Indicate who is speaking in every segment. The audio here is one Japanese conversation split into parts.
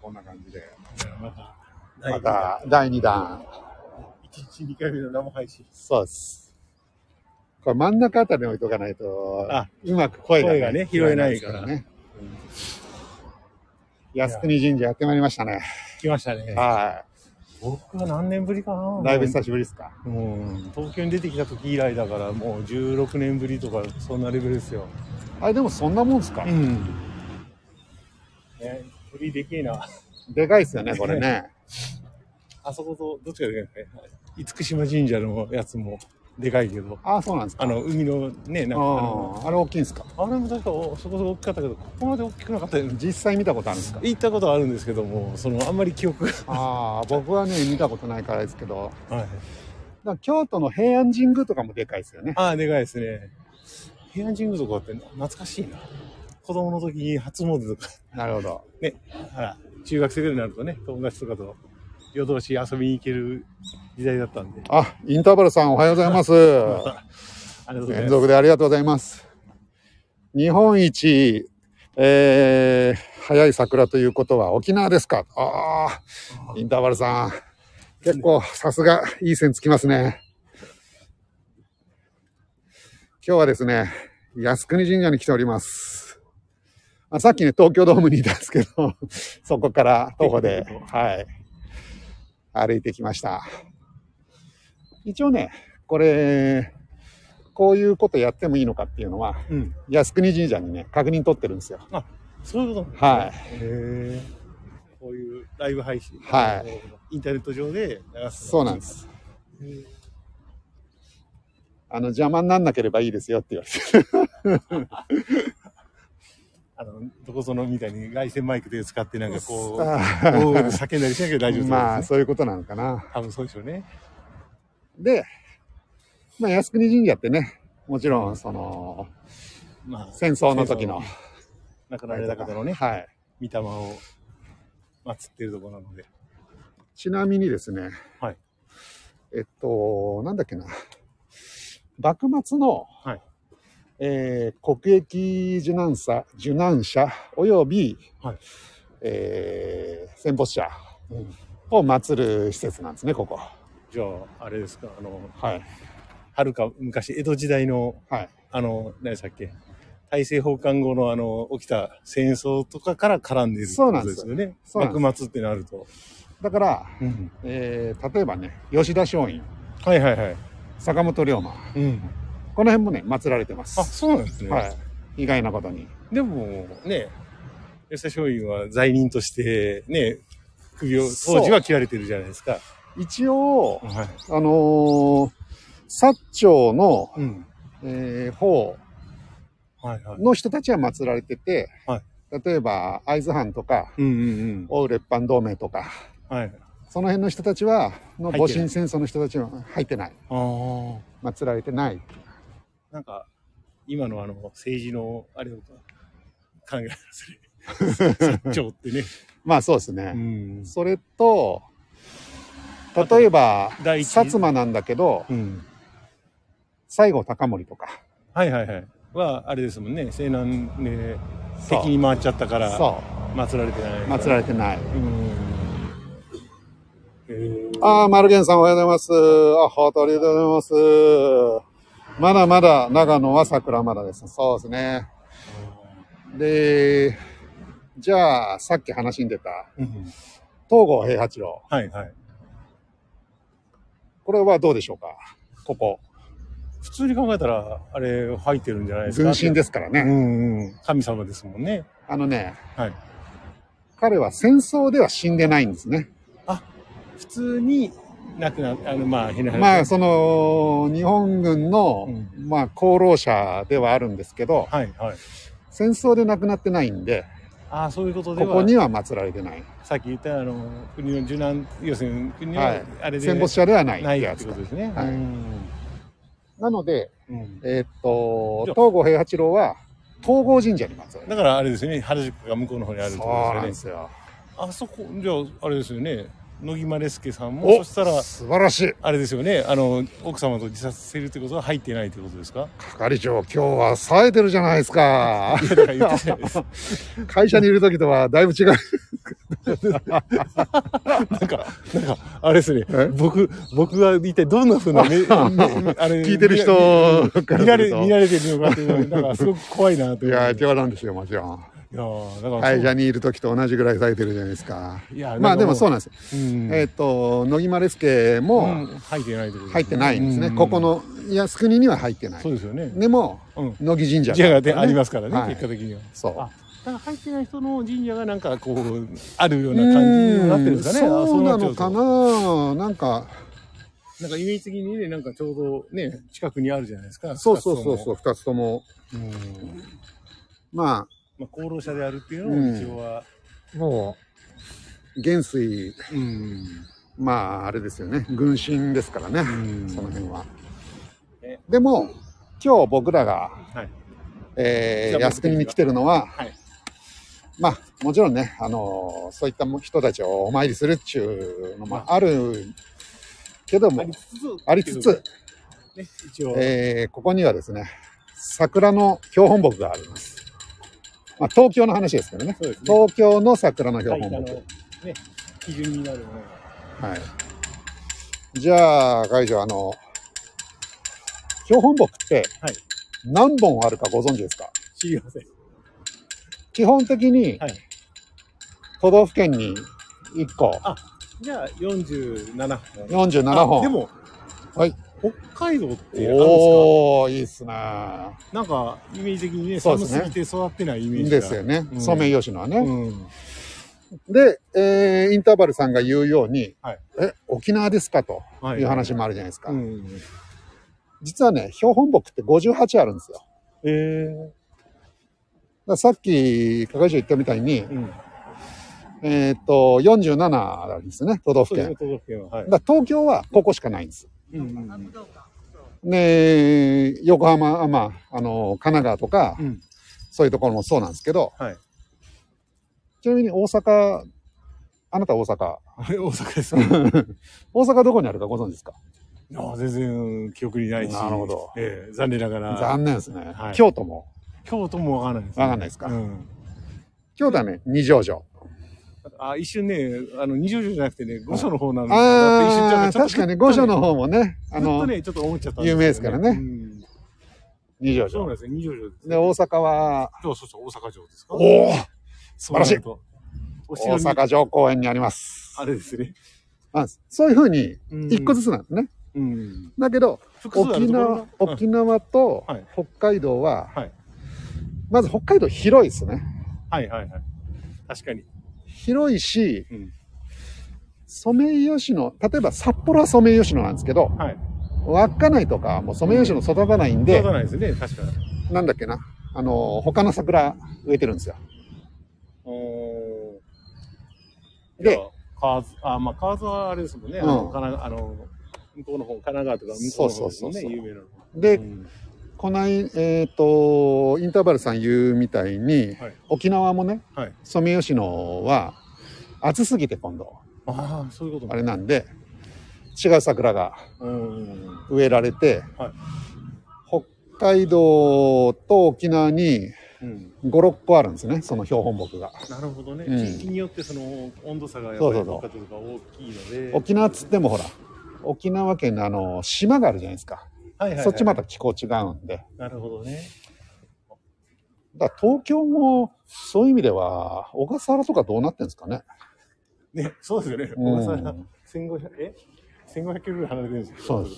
Speaker 1: こんな感じで。
Speaker 2: また、
Speaker 1: また、第2弾。
Speaker 2: 1日2回目の生配信。
Speaker 1: そうです。これ真ん中あたりに置いとかないと、
Speaker 2: あ
Speaker 1: うまく声が、
Speaker 2: 声がね拾えないか
Speaker 1: 拾えですか
Speaker 2: ら
Speaker 1: らね。靖国神社やってまいりましたね。
Speaker 2: 来ましたね。
Speaker 1: は。
Speaker 2: 僕は何年ぶりかな
Speaker 1: だ
Speaker 2: い
Speaker 1: いぶ久しぶりですか。
Speaker 2: うん、東京に出てきた時以来だから、もう16年ぶりとか、そんなレベルですよ。
Speaker 1: あれ、でもそんなもんですか。
Speaker 2: ん。ね、鳥でけえな。
Speaker 1: でかいっすよね、これね。
Speaker 2: あそこと、どっちがでかいかね。厳島神社のやつもでかいけど、
Speaker 1: ああ、そうなんですか。
Speaker 2: あの、海のね、なんか、あの
Speaker 1: あああれ大きいんですか。
Speaker 2: あれも確かおそこそこ大きかったけど、ここまで大きくなかったよね。
Speaker 1: 実際見たことある んですか。
Speaker 2: 行ったことはあるんですけども、その、あんまり記憶が。
Speaker 1: ああ、僕はね、見たことないからですけど、
Speaker 2: はい。
Speaker 1: だから京都の平安神宮とかもでかいですよね。
Speaker 2: ああ、でかいですね。平安神宮とかって懐かしいな。子供の時に初詣とか、
Speaker 1: なるほど。
Speaker 2: ね、あら、中学生ぐらいになるとね、友達とかと夜通し遊びに行ける時代だったんで。
Speaker 1: あ、インターバルさんおはようございます。
Speaker 2: ありがとうござい
Speaker 1: 連
Speaker 2: ます。
Speaker 1: 続でありがとうございます。日本一、えー、早い桜ということは沖縄ですか。ああ、インターバルさん。結構さすがいい線つきますね。今日はですね、靖国神社に来ております。あさっきね、東京ドームにいたんですけど、 そこから徒歩で、はい、歩いてきました。一応ね、これ、こういうことやってもいいのかっていうのは、
Speaker 2: うん。
Speaker 1: 靖国神社にね、確認取ってるんですよ。
Speaker 2: そういうことなん。
Speaker 1: はい
Speaker 2: へえ。こういうライブ配信。。
Speaker 1: はい
Speaker 2: インターネット上で流す。
Speaker 1: そうなんで。す。
Speaker 2: へえ
Speaker 1: あの、邪魔になんなければいいですよって言われて。
Speaker 2: あの、どこそのみたいに外線マイクで使ってなんかこう、
Speaker 1: あ
Speaker 2: 大声で叫んだりしなきゃ大丈
Speaker 1: ー
Speaker 2: 夫ってことです ね。
Speaker 1: まあ、そういうことなのかな。
Speaker 2: 多分そうでしょうね。
Speaker 1: で、まあ、靖国神社ってね、もちろん、その、
Speaker 2: まあ、
Speaker 1: 戦争の時の。
Speaker 2: 亡くなられた方のね、
Speaker 1: はい。
Speaker 2: 御霊を祀ってるところなので。
Speaker 1: ちなみにですね、
Speaker 2: はい
Speaker 1: えっと、なんだっけな、幕末の、
Speaker 2: はい
Speaker 1: えー国益受難者、受難者および、
Speaker 2: はい
Speaker 1: えー戦没者を祀る施設なんですね、ここ。
Speaker 2: じゃあ、あれですか、あの、
Speaker 1: はい。
Speaker 2: はるか昔、江戸時代の、
Speaker 1: はい。
Speaker 2: あの、何でしたっけ、大政奉還後の、あの、起きた戦争とかから絡んでいるって
Speaker 1: そう
Speaker 2: こ
Speaker 1: なん
Speaker 2: と
Speaker 1: で
Speaker 2: ですすよね。
Speaker 1: そうなんです
Speaker 2: 幕末ってなると。
Speaker 1: だから、
Speaker 2: うん。
Speaker 1: えー例えばね、吉田松陰、
Speaker 2: はいはいはい。
Speaker 1: 坂本龍馬、
Speaker 2: うん。
Speaker 1: この辺もね、祀られてま
Speaker 2: あ、
Speaker 1: す。
Speaker 2: そうなんですね。
Speaker 1: はい。意外なことに。
Speaker 2: でも、ね、吉田松陰は罪人として、ね、首を、
Speaker 1: そう
Speaker 2: 当時は切られてるじゃないですか。
Speaker 1: 一応、
Speaker 2: はい。
Speaker 1: あのー、薩長の、
Speaker 2: うん。
Speaker 1: えー方
Speaker 2: はいはい。
Speaker 1: の人たちは祀られてて、
Speaker 2: はい
Speaker 1: 例えば会津藩とか
Speaker 2: うんうん
Speaker 1: 大浦一般同盟とか
Speaker 2: うん。はい。
Speaker 1: その辺の人たちはの
Speaker 2: 入っ
Speaker 1: 戊
Speaker 2: てな
Speaker 1: 辰
Speaker 2: い
Speaker 1: 戦争の人たちは入ってない
Speaker 2: ああ。
Speaker 1: 祀られてない
Speaker 2: なんか、今のあの、政治の、あれを考えますね。 薩長ってね。
Speaker 1: まあそうですね、
Speaker 2: ん
Speaker 1: それと例えば
Speaker 2: 第
Speaker 1: 薩
Speaker 2: 一
Speaker 1: 摩なんだけど
Speaker 2: うん。
Speaker 1: 西郷隆盛とか
Speaker 2: はいはいはい。は、あれですもんね。西南で
Speaker 1: そう
Speaker 2: 敵に回っちゃったから、
Speaker 1: そ
Speaker 2: 祀られてない。
Speaker 1: う祀られてない
Speaker 2: うん。へー
Speaker 1: ああ、マルゲンさんおはようございます。あ、ハートありがとうございます。まだまだ長野は桜まだです。そうですね。で、じゃあ、さっき話に出た、
Speaker 2: うん
Speaker 1: 東郷平八郎。
Speaker 2: はいはい。
Speaker 1: これはどうでしょうかここ。
Speaker 2: 普通に考えたら、あれ、入ってるんじゃないです
Speaker 1: 分
Speaker 2: か。
Speaker 1: 身ですから
Speaker 2: う
Speaker 1: ね。
Speaker 2: んうん。神様ですもんね。
Speaker 1: あのね、
Speaker 2: はい。
Speaker 1: 彼は戦争では死んでないんですね。
Speaker 2: 普通に、なくな、あの、まあ、変な話
Speaker 1: まあ、その、日本軍の、
Speaker 2: う
Speaker 1: まあ、功労者ではあるんですけど、
Speaker 2: はいはい。
Speaker 1: 戦争で亡くなってないんで、
Speaker 2: ああ、そういうことで
Speaker 1: こ
Speaker 2: は。
Speaker 1: こには祀られてない。
Speaker 2: さっき言ったあの国の受難要するに国の
Speaker 1: はい
Speaker 2: あれで、
Speaker 1: 戦没者ではない
Speaker 2: ない
Speaker 1: って
Speaker 2: っ
Speaker 1: や
Speaker 2: て
Speaker 1: つ
Speaker 2: こ
Speaker 1: か
Speaker 2: と。ですね。
Speaker 1: はい
Speaker 2: うん
Speaker 1: なので、
Speaker 2: うん
Speaker 1: えーっ
Speaker 2: じ
Speaker 1: と
Speaker 2: ゃ、あ
Speaker 1: 東郷平八郎は東郷神社に祀られて
Speaker 2: だからあれですよね原宿が向こうの方にあ
Speaker 1: る。
Speaker 2: るっ
Speaker 1: そ
Speaker 2: てこ
Speaker 1: う
Speaker 2: と
Speaker 1: なん
Speaker 2: で
Speaker 1: です
Speaker 2: よね。
Speaker 1: すよ。
Speaker 2: あそこじゃああれですよね野木丸助さん
Speaker 1: お
Speaker 2: もそしたら
Speaker 1: 素晴らしい。
Speaker 2: あれですよねあの奥様と自殺してるってことは入ってないってことですか？
Speaker 1: 係長、今日は冴えてるじゃないですか。
Speaker 2: いやだから言ったじゃないですか。
Speaker 1: 会社にいる時とはだいぶ違う。
Speaker 2: なんか、なんか、あれですね
Speaker 1: え。
Speaker 2: 僕、僕が一体どんな 風な目、めあれ
Speaker 1: 聞いてる人から
Speaker 2: 見ら
Speaker 1: する
Speaker 2: れ、
Speaker 1: と
Speaker 2: 見られてるのかっていうのが、なんかすごく怖いなと
Speaker 1: い
Speaker 2: 思って。
Speaker 1: やー、今日なんですよ、もちろん。
Speaker 2: いやーだから、
Speaker 1: はい、ジャニーいる時と同じぐらい咲いてるじゃないですか。
Speaker 2: いや
Speaker 1: まあでもそうなんです。
Speaker 2: う。うん。
Speaker 1: えっ、と、野木マレスケ
Speaker 2: うん
Speaker 1: も
Speaker 2: 入ってないってこと
Speaker 1: 入ってないんですね。
Speaker 2: う
Speaker 1: ここ。の靖国には入ってない
Speaker 2: そう。ですよね。
Speaker 1: でも、
Speaker 2: うん。
Speaker 1: 野木神社
Speaker 2: 神社がねありますからね、
Speaker 1: はい
Speaker 2: 結果的には。
Speaker 1: そう。
Speaker 2: あだから入ってない人の神社がなんかこう、あるような感じになってるんですかね。
Speaker 1: う
Speaker 2: あ
Speaker 1: んそうなのか。
Speaker 2: っちゃうと
Speaker 1: ななんか、
Speaker 2: なんかイメージ的にね、なんかちょうどね、近くにあるじゃないですか。
Speaker 1: そうそうそうそう、二つとも。
Speaker 2: う。うん。
Speaker 1: ま
Speaker 2: まあ、功労者であるっていうのも一応は。
Speaker 1: あ、もう、元帥、
Speaker 2: うん。
Speaker 1: まあ、あれですよね。軍神ですからね。
Speaker 2: ん
Speaker 1: その辺は
Speaker 2: ね。
Speaker 1: でも、今日僕らが、
Speaker 2: はい。
Speaker 1: えー、
Speaker 2: じゃあ
Speaker 1: 靖国に来てるのは、
Speaker 2: はい
Speaker 1: まあ、もちろんね、あのーそういったも人たちをお参りするっちゅうのもあるけど
Speaker 2: あ
Speaker 1: も
Speaker 2: り、つつ、
Speaker 1: ありつつ、
Speaker 2: ね、一応。
Speaker 1: えーここにはですね、桜の標本木があります。まあ、東京の話ですけどね。
Speaker 2: そうですね。
Speaker 1: 東京の桜の標
Speaker 2: 最
Speaker 1: 本
Speaker 2: 多の
Speaker 1: 木。
Speaker 2: ね、基準になるものが。
Speaker 1: はい。じゃあ、会長、あの、標本木って
Speaker 2: はい
Speaker 1: 何本あるかご存知ですか、
Speaker 2: 知りません。
Speaker 1: 基本的に
Speaker 2: はい。
Speaker 1: 都道府県に1個、
Speaker 2: じゃあ、47本。
Speaker 1: 47本。
Speaker 2: あでも、
Speaker 1: はい。
Speaker 2: 北海道ってあるんです
Speaker 1: おー、いいっすね。
Speaker 2: かなんか、イメージ的にね、
Speaker 1: そう
Speaker 2: 寒
Speaker 1: ですね
Speaker 2: すぎて育ってないイメージが。
Speaker 1: ですよね
Speaker 2: う。ん
Speaker 1: ソメイヨシノはね。
Speaker 2: うん。
Speaker 1: で、えーインターバルさんが言うように
Speaker 2: はい、
Speaker 1: え、沖縄ですかと
Speaker 2: はい
Speaker 1: いう話もあるじゃないですか
Speaker 2: う。ん。
Speaker 1: 実はね、標本木って58あるんですよ。だか
Speaker 2: えー、
Speaker 1: らさっき、係長言ったみたいに、
Speaker 2: うん。
Speaker 1: えっと、47あるんですよね、都道
Speaker 2: そ
Speaker 1: 府
Speaker 2: うです
Speaker 1: 県
Speaker 2: ね、。都道府県は。はい。
Speaker 1: だから東京はここしかないんです。
Speaker 2: うん。
Speaker 1: で、横浜、あまあ、あの、神奈川とか
Speaker 2: う、ん。
Speaker 1: そういうところもそうなんですけど、
Speaker 2: はい。
Speaker 1: ちなみに大阪、あなた大阪、
Speaker 2: あれ、大阪 ですか
Speaker 1: 大阪どこにあるかご存知ですか
Speaker 2: ああ全然記憶にないし。
Speaker 1: なるほど
Speaker 2: ええ残念ながら。
Speaker 1: 残念ですね、
Speaker 2: はい
Speaker 1: 京都も
Speaker 2: 京都もわからないです、
Speaker 1: わかんないですか
Speaker 2: うん。
Speaker 1: 京都はね二条城
Speaker 2: あ、一瞬ね、あの、二条城じゃなくてね、五所の方なのかなって一瞬ちょ
Speaker 1: あ
Speaker 2: っ
Speaker 1: あ
Speaker 2: とちょっと
Speaker 1: 確かに五条の方もねあ
Speaker 2: ずっと
Speaker 1: の、
Speaker 2: ね、ちょっと思っちゃったん
Speaker 1: 有名ですからね
Speaker 2: うん
Speaker 1: 二条
Speaker 2: そうな
Speaker 1: 城
Speaker 2: んですね、二条城ですね。
Speaker 1: で大阪は
Speaker 2: そうそうそう、大阪城ですか。
Speaker 1: おお
Speaker 2: 素
Speaker 1: 晴らしい
Speaker 2: お
Speaker 1: 大
Speaker 2: 城に
Speaker 1: 阪城公園にあります
Speaker 2: あれですね。
Speaker 1: あそういうふうに一個ず
Speaker 2: つ。
Speaker 1: つなんですね、
Speaker 2: うん。
Speaker 1: だけど
Speaker 2: 複数ある
Speaker 1: 沖
Speaker 2: ところ
Speaker 1: 縄
Speaker 2: が
Speaker 1: 沖縄と
Speaker 2: はい
Speaker 1: 北海道は、
Speaker 2: はい
Speaker 1: まず北海道広いですね
Speaker 2: はいはいはい。確かに。
Speaker 1: 広いし、
Speaker 2: うん
Speaker 1: ソメイヨシノ例えば札幌はソメイヨシノなんですけど
Speaker 2: はい。
Speaker 1: 稚内とかもうソメイヨシノ育たないんで、
Speaker 2: そうないですね、確かに。
Speaker 1: なんだっけな、あの、他の桜植えてるんですよ。
Speaker 2: おー
Speaker 1: で
Speaker 2: いや河津、あ、まあ、河津はあれですもんね。あ
Speaker 1: う
Speaker 2: の、
Speaker 1: ん
Speaker 2: 神奈川あの、向こうの方、神奈川とか、向こうの方ですもん
Speaker 1: そうそうそ
Speaker 2: ね、
Speaker 1: うそう
Speaker 2: 有名なの。
Speaker 1: で、
Speaker 2: うん
Speaker 1: こない、えっ、と、インターバルさん言うみたいに、
Speaker 2: はい
Speaker 1: 沖縄もね、
Speaker 2: はい
Speaker 1: ソメイヨシノは暑すぎて今度、
Speaker 2: ああ、そういうこと
Speaker 1: あ
Speaker 2: も
Speaker 1: れなんで、違う桜が
Speaker 2: うん。
Speaker 1: 植えられて、
Speaker 2: はい
Speaker 1: 北海道と沖縄に
Speaker 2: うん。
Speaker 1: 5、6個あるんですね、その標本木が。
Speaker 2: なるほどね。
Speaker 1: うん
Speaker 2: 地域によってその温度差がやっ
Speaker 1: そう
Speaker 2: ぱ
Speaker 1: そうそう
Speaker 2: り北海道が大きいので。
Speaker 1: 沖縄っつってもほら、沖縄県のあの、島があるじゃないですか。
Speaker 2: はいはいはい
Speaker 1: そっちまた気候違うんで。
Speaker 2: なるほどね。
Speaker 1: だから東京もそういう意味では小笠原とかどうなってんですかね。
Speaker 2: ね、そうですよね。
Speaker 1: うん
Speaker 2: 小笠原、1500、え ?1500 キロぐらい離れてるんですよ。
Speaker 1: そうです。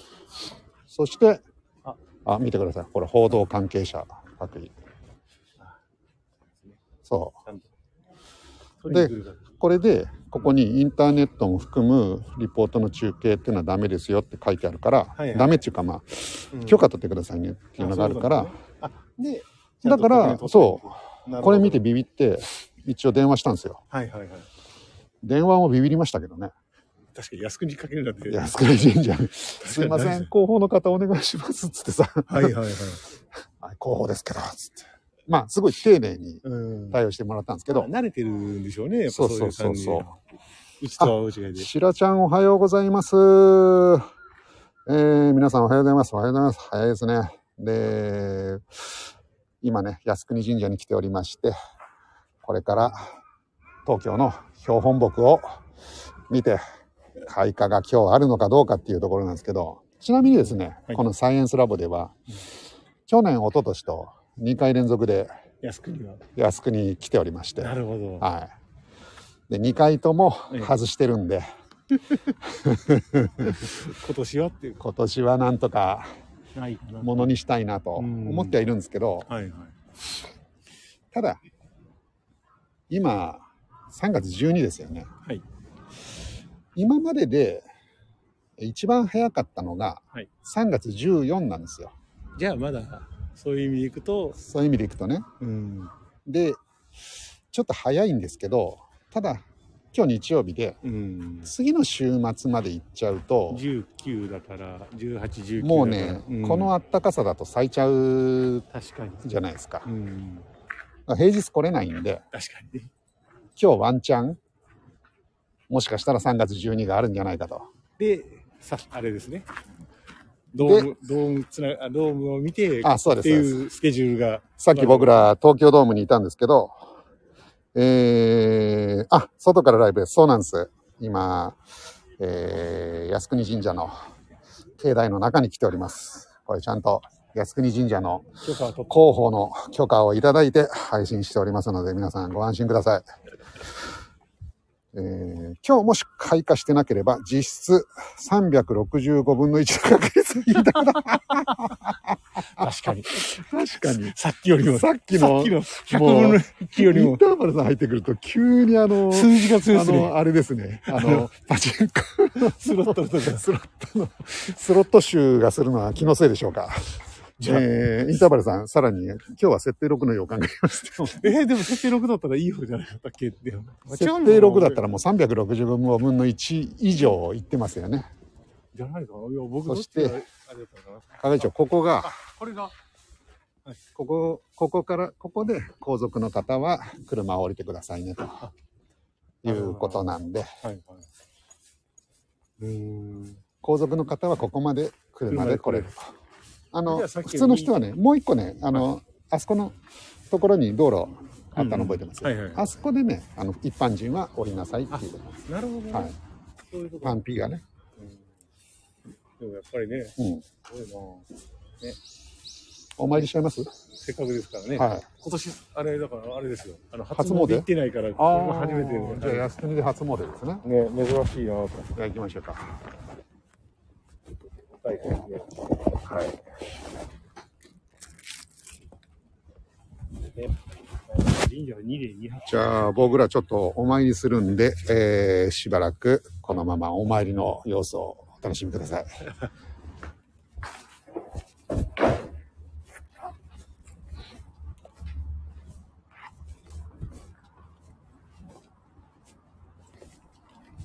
Speaker 1: そして
Speaker 2: あ、
Speaker 1: あ、見てください。これ報道関係者各位。そ
Speaker 2: 取りに来るから
Speaker 1: う。これで、ここにインターネットも含むリポートの中継っていうのはダメですよって書いてあるから、
Speaker 2: いはい
Speaker 1: ダメっていうかま
Speaker 2: うん
Speaker 1: あ、許可取ってくださいねっていうのがあるから、
Speaker 2: そういうこと
Speaker 1: だ
Speaker 2: なんですねあで、。
Speaker 1: からそうこれ見て
Speaker 2: み
Speaker 1: ビビって、一応電話したんですよ。
Speaker 2: はいはいはい。
Speaker 1: 電話もビビりましたけどね。
Speaker 2: 確かに安くにかけるなんて。
Speaker 1: 靖国神 社に。すいませ
Speaker 2: 大
Speaker 1: ん、
Speaker 2: 丈
Speaker 1: 広報の方お願いしますっつってさ、
Speaker 2: はいはいはい。
Speaker 1: はい、広報ですけど、つって。まあ、すごい丁寧に
Speaker 2: うん。
Speaker 1: 対応してもらったんですけど、
Speaker 2: 慣れてるんでしょうね、やっぱ
Speaker 1: そう
Speaker 2: そう
Speaker 1: そ
Speaker 2: いう
Speaker 1: そう
Speaker 2: う感じ
Speaker 1: そう
Speaker 2: に。うちとは大違いで。
Speaker 1: しらちゃんおはようございます。えー、皆さんおはようございます。おはようございます。早いですね。で、今ね、靖国神社に来ておりまして、これから東京の標本木を見て、開花が今日あるのかどうかっていうところなんですけど、ちなみにですね、
Speaker 2: はい
Speaker 1: このサイエンスラボでは、去年、一昨年と2回連続で
Speaker 2: 靖国は。
Speaker 1: 靖国に来ておりまして、
Speaker 2: なるほど。
Speaker 1: はい。で、2回とも
Speaker 2: ええ
Speaker 1: 外してるんで、
Speaker 2: 今年はっていう
Speaker 1: 今年はなんとか
Speaker 2: ないかな。
Speaker 1: ものにしたいなと
Speaker 2: うん
Speaker 1: 思ってはいるんですけど、
Speaker 2: はいはい。
Speaker 1: ただ、今、3月12ですよね。
Speaker 2: はい。
Speaker 1: 今までで一番早かったのが
Speaker 2: はい
Speaker 1: 3月14なんですよ。
Speaker 2: じゃあまだ、そういう意味でいくと、
Speaker 1: そういう意味でいくとね。
Speaker 2: うん。
Speaker 1: で、ちょっと早いんですけど、ただ、今日日曜日で、
Speaker 2: うん。
Speaker 1: 次の週末まで行っちゃうと、
Speaker 2: 19だから、18、19だから。
Speaker 1: もうね、
Speaker 2: ん
Speaker 1: この暖かさだと咲いちゃう
Speaker 2: 確かに。
Speaker 1: じゃないですか。
Speaker 2: うん。
Speaker 1: 平日来れないんで、
Speaker 2: 確かにね。
Speaker 1: 今日ワンチャン、もしかしたら3月12があるんじゃないかと。
Speaker 2: で、さ、あれですね。ドーム、ドームつな、あドームを見て、
Speaker 1: あ、そうで
Speaker 2: っ
Speaker 1: す。
Speaker 2: て
Speaker 1: そうです
Speaker 2: いうスケジュールが。
Speaker 1: さっき僕ら東京ドームにいたんですけど、えー、あ、外からライブです。そうなんです。今、えー、靖国神社の境内の中に来ております。これちゃんと靖国神社の
Speaker 2: 許可は取っ
Speaker 1: 広報の許可をいただいて配信しておりますので、皆さんご安心ください。えー、今日もし開花してなければ、実質365分の1の確率にいたから。
Speaker 2: 確かに。
Speaker 1: 確かに。
Speaker 2: さっきよりも、
Speaker 1: さっきの
Speaker 2: さっきの100分の1より
Speaker 1: イン
Speaker 2: も、
Speaker 1: ターバルさん入ってくると急にあの、
Speaker 2: 数字が強いです
Speaker 1: あ
Speaker 2: ね。
Speaker 1: の、あれですね。あの、 パチンコ、
Speaker 2: スロットの時
Speaker 1: スロットの、スロット集がするのは気のせいでしょうか。
Speaker 2: じゃあ
Speaker 1: えーインターバルさん、さらに、今日は設定6の予感が。
Speaker 2: えー、でも設定6だったらいい方じゃなかったっけって。
Speaker 1: 設定6だった
Speaker 2: ら。
Speaker 1: らもう365分の1以上いってますよね。
Speaker 2: じゃないかな。いや、僕
Speaker 1: そして
Speaker 2: どっちがあれだったのかな。
Speaker 1: 係長、ここが、
Speaker 2: これが、
Speaker 1: ここ、ここから、ここで後続の方は車を降りてくださいね、 ということなんで、
Speaker 2: はいはい。うーん。
Speaker 1: 後続の方はここまで車で来れると。あの、
Speaker 2: じゃあさっき
Speaker 1: 普通の人はね、もう一個ね、あの、あそこのところに道路あったの覚えてます、
Speaker 2: うんうんはいはい
Speaker 1: あそこでね、あの、一般人は降りなさいっていう。
Speaker 2: なるほどね。
Speaker 1: はい。
Speaker 2: そういうこと
Speaker 1: パ
Speaker 2: か。
Speaker 1: ンピーがね。
Speaker 2: でもやっぱりね、す
Speaker 1: うん。
Speaker 2: ごいな
Speaker 1: お参りしちゃいます
Speaker 2: せっかくですからね。
Speaker 1: はい。
Speaker 2: 今年、あれだから、あれですよ。あの、
Speaker 1: 初
Speaker 2: 初
Speaker 1: 詣
Speaker 2: 詣行ってないから、これが初めての
Speaker 1: じゃあ、靖国で初詣ですね。
Speaker 2: ね、珍しいなと。
Speaker 1: じゃあ行きましょうか。
Speaker 2: はい。はい。神社は2例2泊。
Speaker 1: じゃあ、僕らちょっとお参りするんで、えー、しばらくこのままお参りの様子をお楽しみください。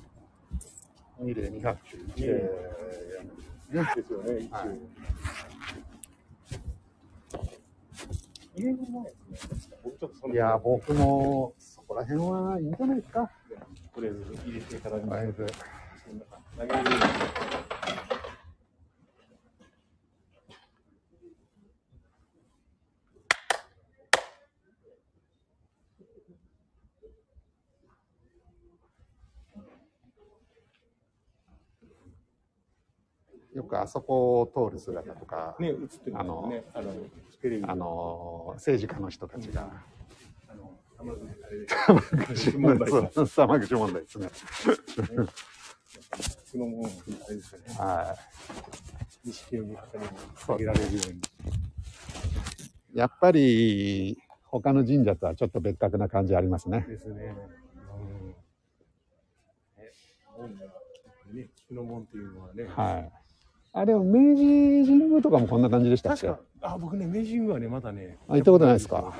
Speaker 2: 2例2泊。2例2ですよね、一応。2年前ですね。僕ちょっとその
Speaker 1: いや、僕もそこら辺はいいんじゃないですか。
Speaker 2: とりあえず入れていただき
Speaker 1: だ
Speaker 2: ま
Speaker 1: い
Speaker 2: す。
Speaker 1: ぶ
Speaker 2: 投げ入れる
Speaker 1: よくあそこを通る姿とか、
Speaker 2: ね、映ってますよね。あの、テレビ
Speaker 1: あのー政治家の人たちが、
Speaker 2: あの、あのあれです。問題です。
Speaker 1: そう山口問題ですね。
Speaker 2: そのもの、あれですよね。
Speaker 1: は
Speaker 2: 意識を見方に下げられるように。
Speaker 1: い。やっぱり、他の神社とはちょっと別格な感じありますね。
Speaker 2: ですね。うん。ね、本が、ね、菊の門っていうのはね。
Speaker 1: はい。あ、でも明治神宮とかもこんな感じでしたっ
Speaker 2: 確
Speaker 1: け
Speaker 2: か、あ、僕ね、明治神宮はね、まだね。
Speaker 1: あ行ったことないですか
Speaker 2: は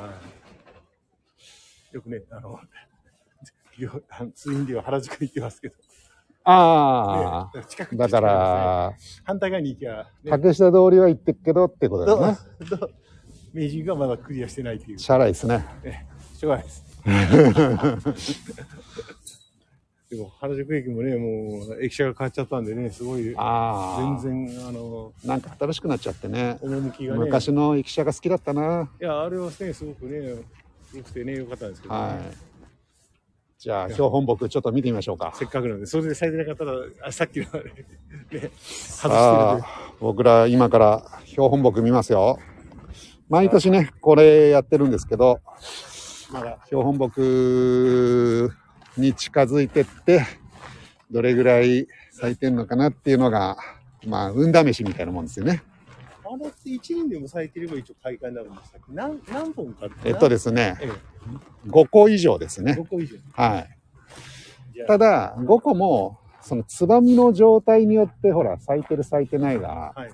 Speaker 2: いよくね、あの、よあのツインでは原宿行ってますけど、
Speaker 1: ああ、
Speaker 2: ね近くに来
Speaker 1: だ
Speaker 2: てくさ
Speaker 1: か
Speaker 2: い
Speaker 1: ら、
Speaker 2: 反対側に行きゃ、ね、
Speaker 1: 竹下通りは行ってっけどってことだよね。
Speaker 2: どう明治がまだクリアしてないっていう。し
Speaker 1: チャラいですね。
Speaker 2: ょうがないです。でも原宿駅もね、もう駅舎が変わっちゃったんでね、すごい、
Speaker 1: ああ、
Speaker 2: 全然、あの、
Speaker 1: なんか新しくなっちゃってね。
Speaker 2: 趣がね、
Speaker 1: 昔の駅舎が好きだったな。
Speaker 2: いや、あれはね、すごくね、良くてね、良かったんですけど、ね
Speaker 1: はじゃあ、標本木、ちょっと見てみましょうか。
Speaker 2: せっかくなんで、それで咲いてなかったら、あさっきのあれ、ね、
Speaker 1: さ
Speaker 2: 外してる
Speaker 1: あ、僕ら今から標本木見ますよ。毎年ね、これやってるんですけど、
Speaker 2: で、まだ、
Speaker 1: 標本木に近づいてって、どれぐらい咲いてるのかなっていうのが、まあ、運試しみたいなもんですよね。
Speaker 2: あれって一輪でも咲いてれば一応開花になるんでしたっけ何何本かって
Speaker 1: えっと
Speaker 2: で
Speaker 1: ですね、
Speaker 2: え
Speaker 1: 5個以上です
Speaker 2: え、
Speaker 1: ね。
Speaker 2: 5個以上。
Speaker 1: はい。
Speaker 2: じゃあ
Speaker 1: た、だ5個もそのつばみの状態によってほら咲いてる咲いてないが
Speaker 2: はい。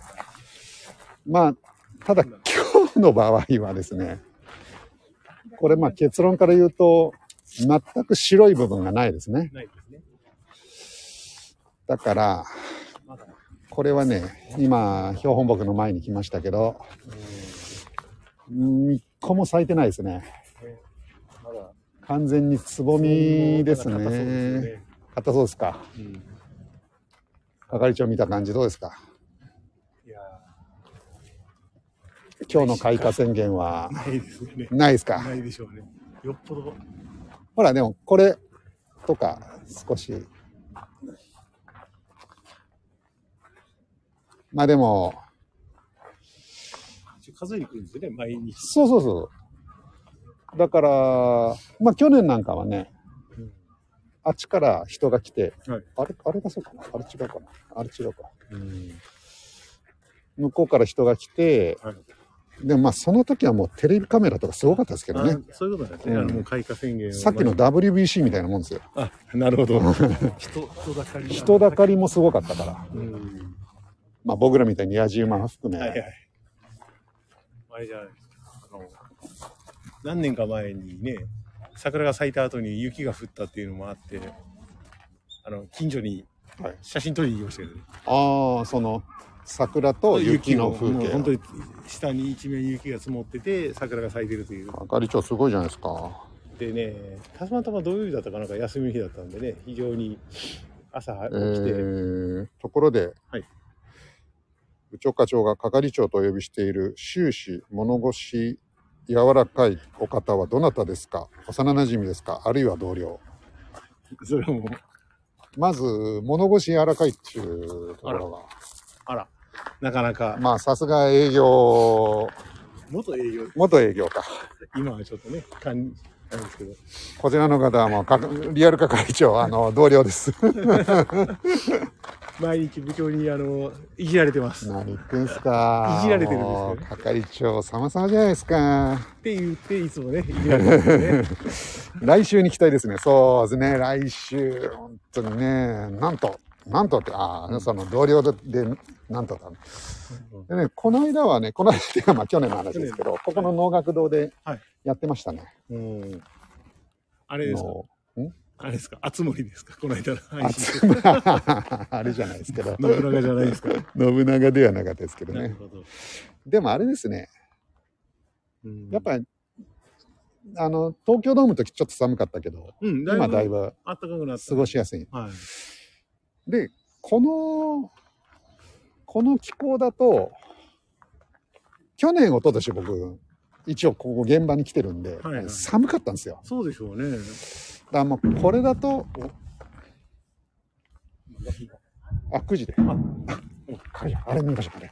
Speaker 1: まあただ今日の場合はですねこれまあ結論から言うと全く白い部分がないですね
Speaker 2: ないですね。
Speaker 1: だから
Speaker 2: まだ。
Speaker 1: これはね今標本木の前に来ましたけど1個も咲いてないですね
Speaker 2: ねまだ。
Speaker 1: 完全につぼみです
Speaker 2: まだ硬そうです
Speaker 1: ね
Speaker 2: ね
Speaker 1: 硬そうですか
Speaker 2: うん
Speaker 1: 係長見た感じどうですか
Speaker 2: いや
Speaker 1: 今日の開花宣言は
Speaker 2: ーないですね。
Speaker 1: ないですか
Speaker 2: ないでしょうね。よっぽど。
Speaker 1: ほら、でも、これとか、少し。まあでも、
Speaker 2: 一応数えに来るんですよね、毎日。
Speaker 1: そうそうそう。だから、まあ去年なんかはね、
Speaker 2: うん
Speaker 1: あっちから人が来て、
Speaker 2: はい
Speaker 1: あれ、あれがそうかなあれ違うかなあれ違うか。向こうから人が来て、
Speaker 2: はい
Speaker 1: でもまあその時はもうテレビカメラとかすごかったですけどね。
Speaker 2: あそういうことなんですね。あ
Speaker 1: うん
Speaker 2: の、もう開花宣言を。
Speaker 1: さっきの。WBC みたいなもんですよ。
Speaker 2: あ、なるほど。 人、人だかり。
Speaker 1: 人だかりもすごかったから。
Speaker 2: うん。
Speaker 1: まあ僕らみたいに野じ馬含め、
Speaker 2: はいはい。あれじゃないですか。あの、何年か前にね、桜が咲いた後に雪が降ったっていうのもあって、あの、近所に
Speaker 1: はい
Speaker 2: 写真撮りに行きましたけどね。
Speaker 1: ああその桜と雪の風
Speaker 2: もう本当
Speaker 1: 景
Speaker 2: に下に一面雪が積もってて、桜が咲いてるという。
Speaker 1: 係長すごいじゃないですか
Speaker 2: でね、たまたま土曜日だったかなんか休みの日だったんでね、非常に朝起き
Speaker 1: え
Speaker 2: て、
Speaker 1: ー、ところで、
Speaker 2: はい
Speaker 1: 部長課長が係長とお呼びしている終始物腰柔らかいお方はどなたですか幼馴染ですかあるいは同僚
Speaker 2: それはもう、
Speaker 1: まず物腰柔らかいっていうところが
Speaker 2: あら、なかなか、
Speaker 1: まあさすが営業
Speaker 2: 元営業、
Speaker 1: 元営業か
Speaker 2: 今はちょっとね、感じなんですけど、
Speaker 1: こちらの方はもうかリアル係長あの同僚です
Speaker 2: 毎日部長に、あの、いじられてます。
Speaker 1: 何言ってんすか
Speaker 2: いじられてるんですよ
Speaker 1: もう係長様々じゃないですか
Speaker 2: って言って、いつもね、いじられて ますね。
Speaker 1: 来週に期待ですね。そうですね。来週、本当にね、なんと、なんとって、ああ、その同僚で、なんとだ。でね、この間はね、この間っていうか、まあ去年の話ですけど、ここの能楽堂で
Speaker 2: はい
Speaker 1: やってましたね。
Speaker 2: うん。あれですか
Speaker 1: の
Speaker 2: あれですか熱森ですかこの間の配
Speaker 1: あ
Speaker 2: 信。
Speaker 1: つあれじゃないですけど、
Speaker 2: 信長じゃないで すか。
Speaker 1: 信長ではなかったですけど
Speaker 2: なる
Speaker 1: ね。
Speaker 2: ほど。
Speaker 1: でもあれですね、
Speaker 2: うん
Speaker 1: やっぱり、あの、東京ドームの時ちょっと寒かったけど、
Speaker 2: うん、だいぶ
Speaker 1: 今だいぶ
Speaker 2: 暖かくなった。
Speaker 1: 過ごしやすい。
Speaker 2: はい。
Speaker 1: でこのこの気候だと去年一昨年僕一応ここ現場に来てるんで、
Speaker 2: はいはい
Speaker 1: 寒かったんですよ
Speaker 2: そうでしょうね。
Speaker 1: だからもうこれだとあ9時で
Speaker 2: あ
Speaker 1: あれあれ見ましょうあれ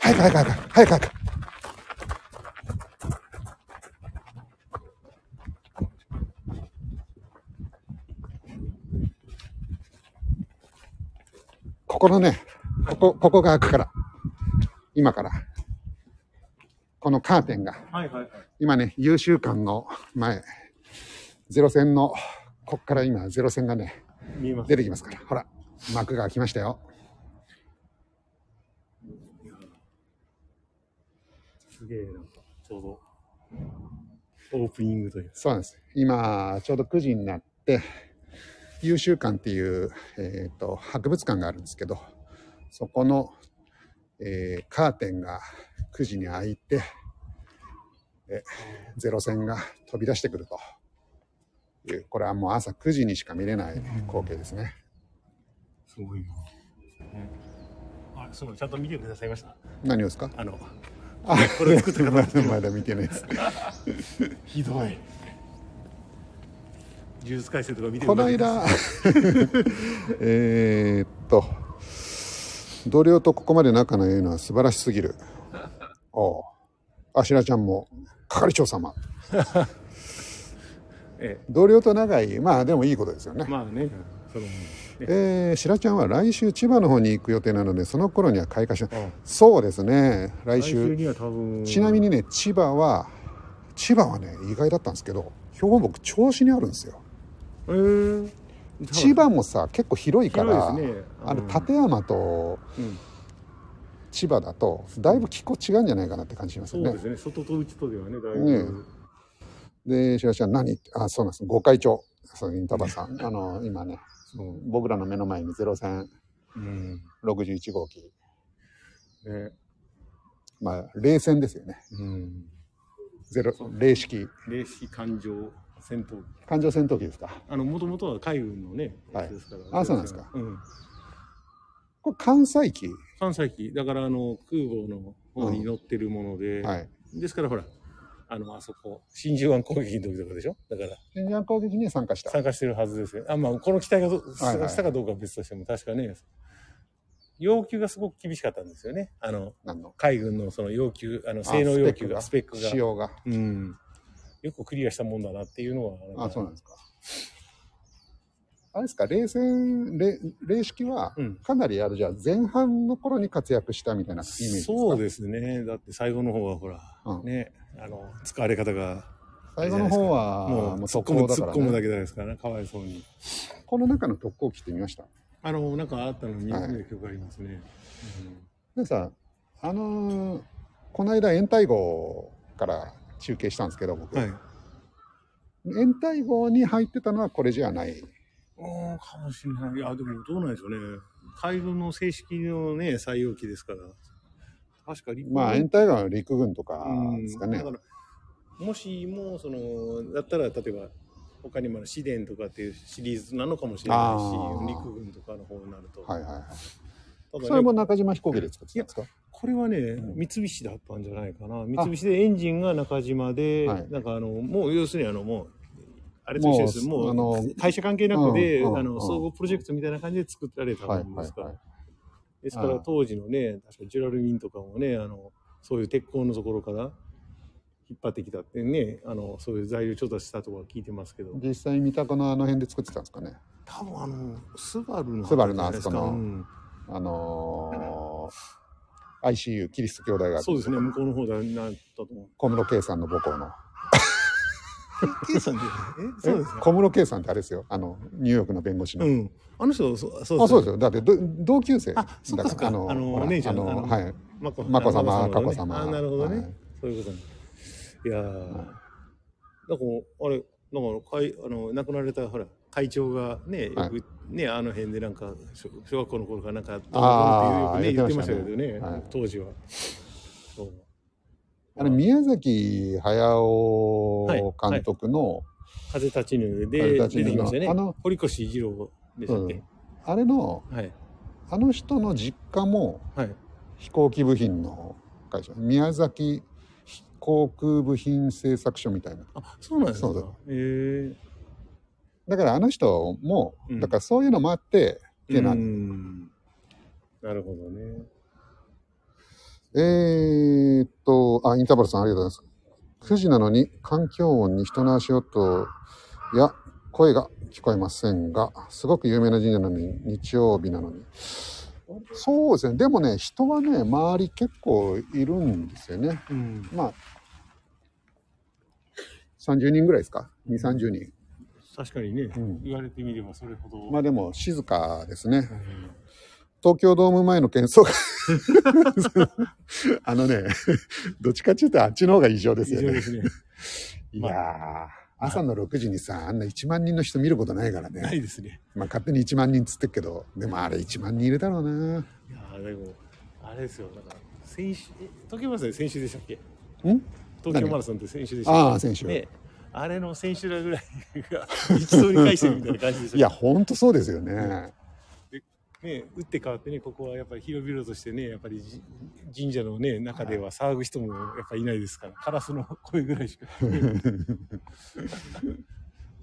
Speaker 1: 早く早く早く早く早くここのねここここが開くから今からこのカーテンが
Speaker 2: はいはいはい。
Speaker 1: 今ね優秀館の前ゼロ戦のこっから今ゼロ戦がね
Speaker 2: 見えます。
Speaker 1: 出てきますからほら幕が開きましたよ
Speaker 2: すげえ、なんか、ちょうど、オープニングという。
Speaker 1: そうなんです。今、ちょうど9時になって、優秀館っていう、えー、と博物館があるんですけど、そこの、えーカーテンが9時に開いて、えゼロ戦が飛び出してくるという、これはもう朝9時にしか見れない光景ですね。
Speaker 2: すごいな。あ、すごい。ちゃんと見てくださいました。
Speaker 1: 何をですか
Speaker 2: あの、
Speaker 1: あ
Speaker 2: これ作った方
Speaker 1: まだまだ見てないです。
Speaker 2: ひどい。呪術改正とか見て
Speaker 1: こ
Speaker 2: る
Speaker 1: の
Speaker 2: だけです
Speaker 1: 間 えーっと同僚とここまで仲のいいのは素晴らしすぎるおうあしらちゃんも係長様
Speaker 2: え
Speaker 1: 同僚と仲いいまあでもいいことですよね
Speaker 2: え、まあねそのね
Speaker 1: えー、白ちゃんは来週千葉の方に行く予定なのでその頃には開花し
Speaker 2: うん
Speaker 1: そうですね来
Speaker 2: 来週
Speaker 1: 週
Speaker 2: には多分
Speaker 1: ちなみにね千葉は千葉はね意外だったんですけど標本木銚子にあるんですよ
Speaker 2: えー
Speaker 1: 千葉もさ結構広いから
Speaker 2: 広いですね
Speaker 1: あの
Speaker 2: うん
Speaker 1: 館山と
Speaker 2: うん
Speaker 1: 千葉だとだいぶ気候違うんじゃないかなって感じします
Speaker 2: そ
Speaker 1: よ
Speaker 2: うで
Speaker 1: ね
Speaker 2: すね外と内とではねだい
Speaker 1: ね
Speaker 2: ぶ
Speaker 1: で白ちゃん何あそうなんですご会長そうインタバさ んあの今ね
Speaker 2: そう
Speaker 1: 僕らの目の前に0361
Speaker 2: うんね
Speaker 1: 号機まあ冷戦ですよね
Speaker 2: うん
Speaker 1: ゼロ冷式
Speaker 2: 霊視艦上戦闘機
Speaker 1: 艦上戦闘機ですか
Speaker 2: あのもともとは海軍のね
Speaker 1: はい
Speaker 2: やつですから
Speaker 1: あそうなんですか
Speaker 2: うん
Speaker 1: これ関西機
Speaker 2: 関西機だからあの空母の方に乗ってるもので、
Speaker 1: はい
Speaker 2: ですからほらあのあそこ真珠湾攻撃の時とかでしょだから
Speaker 1: 新ジャン攻撃に参加した
Speaker 2: 参加してるはずですよあまあこの機体がど
Speaker 1: はいはい
Speaker 2: したかどうかは別としても確かね要求がすごく厳しかったんですよねあの
Speaker 1: 何の
Speaker 2: 海軍のその要求あの性能要求が
Speaker 1: あ
Speaker 2: スペックが
Speaker 1: 仕様が
Speaker 2: うんよくクリアしたもんだなっていうのは
Speaker 1: あそうなん
Speaker 2: ん
Speaker 1: ですかあれですか冷戦冷冷式は
Speaker 2: うん
Speaker 1: かなりあるじゃあ前半の頃に活躍したみたいなイメージですか
Speaker 2: そうですねだって最後の方はほら、
Speaker 1: うん
Speaker 2: ねあの使われ方が
Speaker 1: 最後の方は
Speaker 2: も
Speaker 1: も
Speaker 2: う
Speaker 1: う
Speaker 2: 突っ
Speaker 1: 特
Speaker 2: 込む
Speaker 1: 攻だ
Speaker 2: 突
Speaker 1: か
Speaker 2: っ
Speaker 1: ら、
Speaker 2: 込むだ
Speaker 1: ね、
Speaker 2: けですからねかわいそうに
Speaker 1: この中の特攻機って見ました
Speaker 2: あのなんかあったのに、
Speaker 1: はい
Speaker 2: 見る曲ありますね、
Speaker 1: でさあのーこの間延滞号から中継したんですけど僕、
Speaker 2: うん、はい
Speaker 1: 延滞号に入ってたのはこれじゃない
Speaker 2: うんかもしれないいやでもどうなんでしょうね海軍の正式のね採用機ですから確か陸軍
Speaker 1: まあ延滞号は陸軍とか
Speaker 2: うん
Speaker 1: ですかね、
Speaker 2: だからもしもそのだったら例えば他にもあの「試練」とかっていうシリーズなのかもしれないし
Speaker 1: あー
Speaker 2: 陸軍とかの方になると、
Speaker 1: はいはいはい
Speaker 2: ただね
Speaker 1: それも中島飛行機で作ってたんですか
Speaker 2: これはね、
Speaker 1: ん
Speaker 2: 三菱だったんじゃないかな三菱でエンジンが中島で、
Speaker 1: はい
Speaker 2: なんかあのもう要するにあのもうあれと一緒ですもう
Speaker 1: あの、
Speaker 2: 会社関係なくで、
Speaker 1: うんうん
Speaker 2: あの
Speaker 1: うん
Speaker 2: 総合プロジェクトみたいな感じで作られた
Speaker 1: はい
Speaker 2: んで
Speaker 1: はい
Speaker 2: すから、
Speaker 1: はい。
Speaker 2: ですから
Speaker 1: ああ
Speaker 2: 当時のね確かジュラルミンとかもねあのそういう鉄鋼のところから引っ張ってきたってねあのそういう材料調達したとか聞いてますけど
Speaker 1: 実際三鷹のあの辺で作ってたんですかね。
Speaker 2: 多分あのスバルの
Speaker 1: スバルのあそこの
Speaker 2: うん
Speaker 1: あのー、ICU キリスト教大学
Speaker 2: そうですね向こうの方だなったと思う
Speaker 1: 小室圭さんの母校の。
Speaker 2: K さんでえそうです
Speaker 1: え
Speaker 2: ね
Speaker 1: 小室圭さんってあれですよ。あのニューヨークの弁護士の。
Speaker 2: うんあの人そそう
Speaker 1: あそうです
Speaker 2: す
Speaker 1: よ。だってど同級生だ
Speaker 2: あそっかそっか
Speaker 1: あの
Speaker 2: あの
Speaker 1: ほら
Speaker 2: お姉ちゃん
Speaker 1: あの
Speaker 2: あの
Speaker 1: はい
Speaker 2: 眞子
Speaker 1: 眞子さま
Speaker 2: あの
Speaker 1: 佳子さま
Speaker 2: あなるほどね、
Speaker 1: はい
Speaker 2: そういうことねいやー、
Speaker 1: は
Speaker 2: なんかもうあれなんかかいあの亡くなられたほら会長がねよく、
Speaker 1: はい
Speaker 2: ねあの辺でなんか小小学校の頃からなんか
Speaker 1: あー
Speaker 2: どうのこうのってよくね言
Speaker 1: 言って
Speaker 2: っ
Speaker 1: てましたたね
Speaker 2: ましけどね、
Speaker 1: はい
Speaker 2: 当時は。そう
Speaker 1: あれ宮崎駿監督の、
Speaker 2: 風立ちぬで
Speaker 1: 風
Speaker 2: 出
Speaker 1: 立ちぬ
Speaker 2: て
Speaker 1: の
Speaker 2: きましたよね。
Speaker 1: あの
Speaker 2: 堀越二郎でしたっけ、
Speaker 1: あれの
Speaker 2: はい
Speaker 1: あの人の実家も
Speaker 2: はい。
Speaker 1: 飛行機部品の会社宮崎航空部品製作所みたいな。
Speaker 2: あそうなんですか
Speaker 1: そうだ。
Speaker 2: えー、
Speaker 1: だからあの人も、
Speaker 2: うん
Speaker 1: だからそういうのもあって、ってな
Speaker 2: うー
Speaker 1: ん
Speaker 2: んなるほどね。
Speaker 1: えーっと、あ、インターバルさんありがとうございます。9時なのに環境音に人の足音や声が聞こえませんが、すごく有名な神社なのに、日曜日なのに。そうですね。でもね、人はね、周り結構いるんですよね。
Speaker 2: うん。
Speaker 1: まあ、30人ぐらいですか ?2、30人。
Speaker 2: 確かにね、
Speaker 1: うん
Speaker 2: 言われてみればそれほど。
Speaker 1: まあでも静かですね。
Speaker 2: うん
Speaker 1: 東京ドーム前の喧騒が あのねどっちかっていうとあっちの方が異常です
Speaker 2: 異
Speaker 1: よ
Speaker 2: 常
Speaker 1: ね
Speaker 2: ですね。
Speaker 1: いやー朝の6時にさあんな1万人の人見ること ないから
Speaker 2: な
Speaker 1: ね
Speaker 2: いですね。
Speaker 1: まあ勝手に1万人っつってっけどでもあれ1万人いるだろうない
Speaker 2: やーでも、あれですよ、だから、先週、え東京マラソン先週でしたっけ
Speaker 1: ん
Speaker 2: 東京マラソンって先週でしたっ
Speaker 1: ああ選
Speaker 2: け
Speaker 1: 手、
Speaker 2: ね、あれの選手らぐらいが一堂に会してるみたいな感じでした
Speaker 1: いやほんとそうですよね
Speaker 2: ね、打って変わってね、ここはやっぱり広々としてね、やっぱりじ神社のね、中では騒ぐ人もやっぱりいないですから、カラスの声ぐらいしか。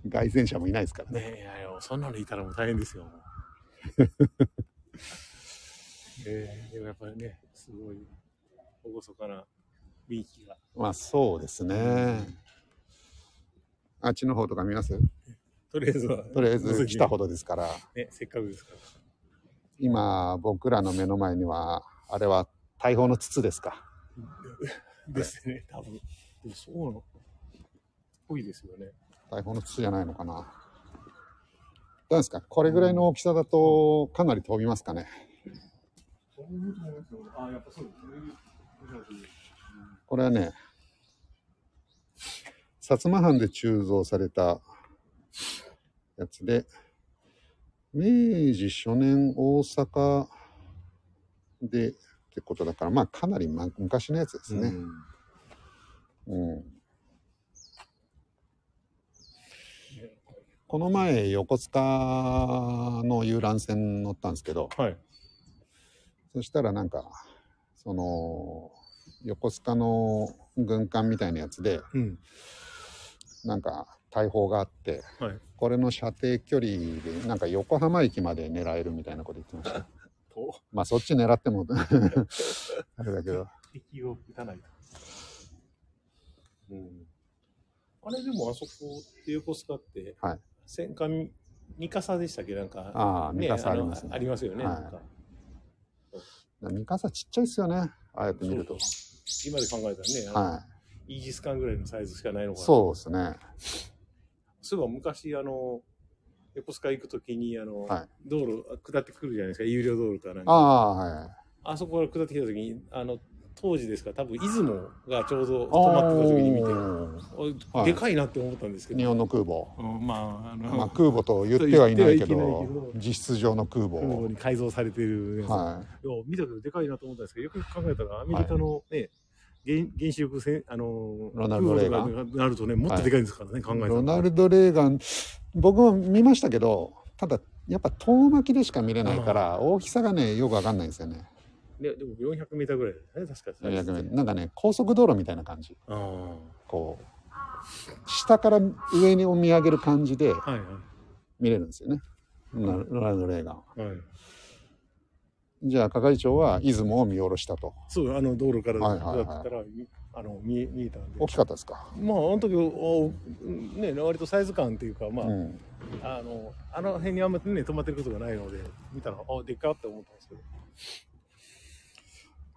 Speaker 1: 外旋者もいないですからね。
Speaker 2: ねえ、いやいや、そんなのいたらもう大変で すよ。もうええでもやっぱりね、すごい、厳かな雰囲気が。
Speaker 1: まあそうですね。あっちの方とか見ます
Speaker 2: とりあえずは、
Speaker 1: とりあえず来たほ
Speaker 2: ど。
Speaker 1: どですから。
Speaker 2: ね、せっかくですから。
Speaker 1: 今、僕らの目の前には、あれは大砲の筒ですか。
Speaker 2: ですね、多分。でもそうなの。多いですよね。
Speaker 1: 大砲の筒じゃないのかな。どうですかこれぐらいの大きさだとかなり飛びますかね。
Speaker 2: あ、やっぱそうですね。
Speaker 1: これはね、薩摩藩で鋳造されたやつで、明治初年大阪でってことだから、まあかなりま昔のやつですね。うんこの前、横須賀の遊覧船乗ったんですけど、
Speaker 2: はい。
Speaker 1: そしたらなんか、その、横須賀の軍艦みたいなやつで、
Speaker 2: うん。
Speaker 1: なんか大砲があって、
Speaker 2: はい。
Speaker 1: これの射程距離で、なんか横浜駅まで狙えるみたいなこと言ってま した。
Speaker 2: と、
Speaker 1: まあそっち狙っても あれだけど、
Speaker 2: 敵を打たないと。うん。あれでもあそこって横須賀って、
Speaker 1: はい
Speaker 2: 戦艦三笠でしたっけなんか。
Speaker 1: ああ三笠ありますね
Speaker 2: のありますよね。
Speaker 1: はい
Speaker 2: なんか
Speaker 1: 三笠ちっちゃいっすよね、ああやって見ると。
Speaker 2: そう今で考えたらね、あの
Speaker 1: は
Speaker 2: イージス艦ぐらいのサイズしかないの
Speaker 1: い。
Speaker 2: かな。
Speaker 1: そうですね。
Speaker 2: そういえば昔、あの、横須賀行くときに、あの、
Speaker 1: はい
Speaker 2: 道路あ下ってくるじゃないですか、有料道路かなん
Speaker 1: あ
Speaker 2: か。あ
Speaker 1: あ、はい。
Speaker 2: そこから下ってきたときに、あの、当時ですから、多分出雲がちょうど
Speaker 1: あ
Speaker 2: 止まってたときに見て、
Speaker 1: ー
Speaker 2: お
Speaker 1: はい
Speaker 2: でかいなって思ったんですけ
Speaker 1: 日
Speaker 2: ど、
Speaker 1: 本の空母。
Speaker 2: うんまあ、あの、
Speaker 1: まあ、空母と言ってはいないけ
Speaker 2: そう言ってはいけな
Speaker 1: ど
Speaker 2: いけ、ど
Speaker 1: 実質上の空
Speaker 2: 空母
Speaker 1: 母。
Speaker 2: に改造されてるやつ、
Speaker 1: はい
Speaker 2: や見たけどでかいなと思ったんですけど、よくよく考えたら、アメリカのね、原原子力戦、あの、
Speaker 1: ロナルドレーガン
Speaker 2: 空母とかになるとね、もっとでかいんですからね、考
Speaker 1: い。
Speaker 2: えたら。
Speaker 1: ロナルド・レーガン、僕も見ましたけど、ただ、やっぱ遠巻きでしか見れないから、大きさがね、よくわかんないんですよね。
Speaker 2: ねでも400メーターぐらいだね、確かに。
Speaker 1: 400なんかね、高速道路みたいな感じ。
Speaker 2: ああ。
Speaker 1: こう、下から上にを見上げる感じで
Speaker 2: はい
Speaker 1: 見れるんですよね。ロナロナルド・レーガンは。
Speaker 2: はい。はい。
Speaker 1: じゃあ、係長は出雲を見下ろしたと。
Speaker 2: そう、あの、道路から
Speaker 1: はいはいはい
Speaker 2: だったら、あの、見え、見えたんで
Speaker 1: 大。きかったですか。
Speaker 2: まあ、あの時は、あね、割とサイズ感っていうか、まあ、
Speaker 1: うん。
Speaker 2: あの、あの辺にあんまりね、止まってることがないので、見たら、あ、でっかって思ったんですけど。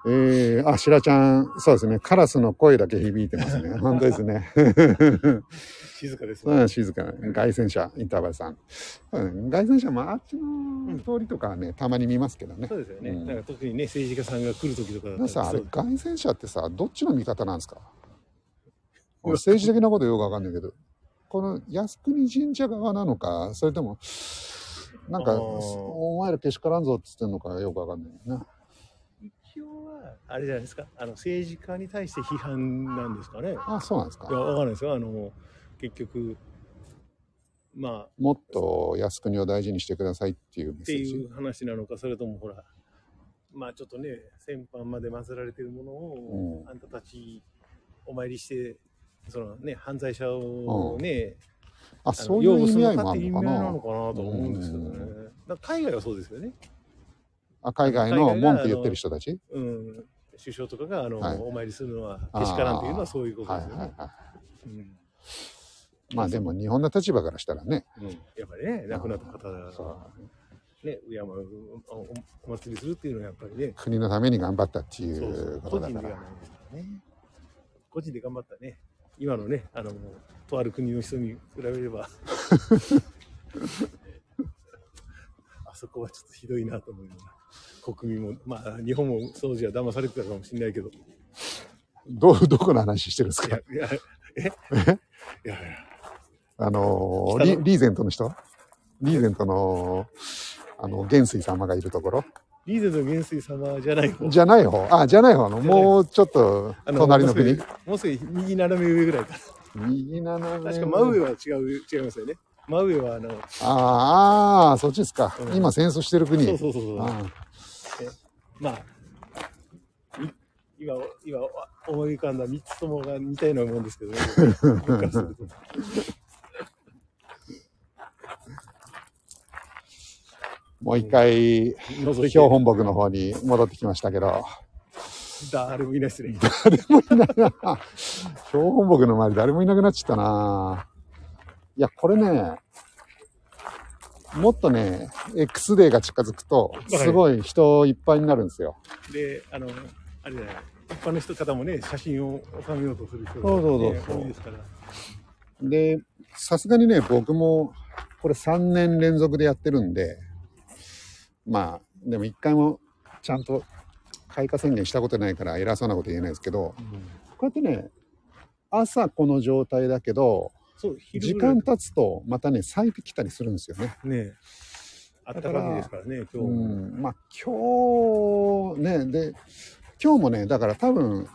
Speaker 1: えー、あ、しらちゃん、そうですね。カラスの声だけ響いてますね。本当ですね。
Speaker 2: 静かですね。
Speaker 1: うん、静かな。外旋車、インターバルさん。うん、外旋車もあっちの通りとかはね、たまに見ますけどね
Speaker 2: そ。うですよね。
Speaker 1: うん
Speaker 2: なんか特にね、政治家さんが来る時とかだった
Speaker 1: 皆さん、あれ、
Speaker 2: そう
Speaker 1: 外旋車ってさ、どっちの味方なんですか
Speaker 2: うん
Speaker 1: 俺政治的なことよくわかんないけど、この靖国神社側なのか、それとも、なんか、
Speaker 2: あー
Speaker 1: お前らけしからんぞって言ってんのかよくわかんないな。
Speaker 2: 一応は、あれじゃないですか。あの、政治家に対して批判なんですかね。い
Speaker 1: あ、そうなんです
Speaker 2: や、
Speaker 1: か。
Speaker 2: わかんないですよ。あの、結局、まあ、
Speaker 1: もっと靖国を大事にしてくださいっていうメ
Speaker 2: っ
Speaker 1: ッ
Speaker 2: て
Speaker 1: セージ。
Speaker 2: いう話なのかそれともほらまあちょっとね先般まで祀られてるものを、
Speaker 1: うん
Speaker 2: あんたたちお参りしてそのね犯罪者をね、
Speaker 1: あ、
Speaker 2: あの
Speaker 1: そういう
Speaker 2: 擁護
Speaker 1: 意
Speaker 2: す
Speaker 1: 味合い
Speaker 2: るの
Speaker 1: も
Speaker 2: か
Speaker 1: あ
Speaker 2: って
Speaker 1: る
Speaker 2: いう意
Speaker 1: のか
Speaker 2: 味合いな
Speaker 1: な
Speaker 2: の。かなと思うんですけどね、
Speaker 1: う
Speaker 2: だから海外はそうですよね、
Speaker 1: あ海外の文句言ってる人たち
Speaker 2: うん、首相とかがあの、
Speaker 1: はい
Speaker 2: お参りするのは
Speaker 1: あー
Speaker 2: けしからんっていうのはそういうこと
Speaker 1: は
Speaker 2: で
Speaker 1: い
Speaker 2: すよね、
Speaker 1: はいは
Speaker 2: うん
Speaker 1: い。まあでも日本の立場からしたらね。
Speaker 2: うんやっぱりね亡くなった方が
Speaker 1: そう
Speaker 2: ね敬うおおお祭りするっていうのはやっぱりね
Speaker 1: 国のために頑張ったってい
Speaker 2: そうそうう
Speaker 1: こ
Speaker 2: 個
Speaker 1: とだ
Speaker 2: 人
Speaker 1: か
Speaker 2: では
Speaker 1: ら。
Speaker 2: ないですからね。個人で頑張ったね。今のね、あの、とある国の人に比べれば。 あそこはちょっとひどいなと思うような。国民も、まあ、日本も当時は騙されてたかもしれないけど。い
Speaker 1: どう、 どこの話してるんです
Speaker 2: や
Speaker 1: か、
Speaker 2: いや、えいやいや、
Speaker 1: あのー
Speaker 2: 北の
Speaker 1: リ、リーゼントの人リーゼントの、あの、元帥様がいるところ
Speaker 2: リーゼの元帥様じゃない方。
Speaker 1: じゃない方あ、じゃない方の、
Speaker 2: じゃない
Speaker 1: もうちょっと、
Speaker 2: あの
Speaker 1: 隣の国
Speaker 2: もう。少しもう少し右斜め上ぐらいか。
Speaker 1: 右斜め。
Speaker 2: 確か真上は違う、違いますよね。真上はあの、
Speaker 1: あーあー、そっちですか。
Speaker 2: うん
Speaker 1: 今戦争してる国。
Speaker 2: そうそうそうそう。
Speaker 1: あ
Speaker 2: まあ、み今、今、思い浮かんだ3つともが似たようなもんですけどね。僕からすると
Speaker 1: もう一回、
Speaker 2: 覗
Speaker 1: 標
Speaker 2: いて
Speaker 1: 本木の方に戻ってきましたけど、
Speaker 2: 誰もいないですね
Speaker 1: 標本木の周り誰もいなくなっちゃったないや、これね、もっとね、X デーが近づくと、
Speaker 2: る
Speaker 1: すごい人いっぱいになるんですよ。
Speaker 2: であのあれだよ一般の人方もね写真を収めようとする人
Speaker 1: そうそうそう
Speaker 2: ね多いですから
Speaker 1: で、さすがにね、僕も、これ3年連続でやってるんで、まあ、でも一回もちゃんと開花宣言したことないから偉そうなこと言えないですけど、こうやってね、朝この状態だけど、
Speaker 2: そう昼
Speaker 1: 時
Speaker 2: ぐらい
Speaker 1: 間経つとまたね、咲いてきたりするんですよね。
Speaker 2: ねあったかいですからね今
Speaker 1: う
Speaker 2: 日
Speaker 1: ん、まあ今日ね、で、今日もね、だから多分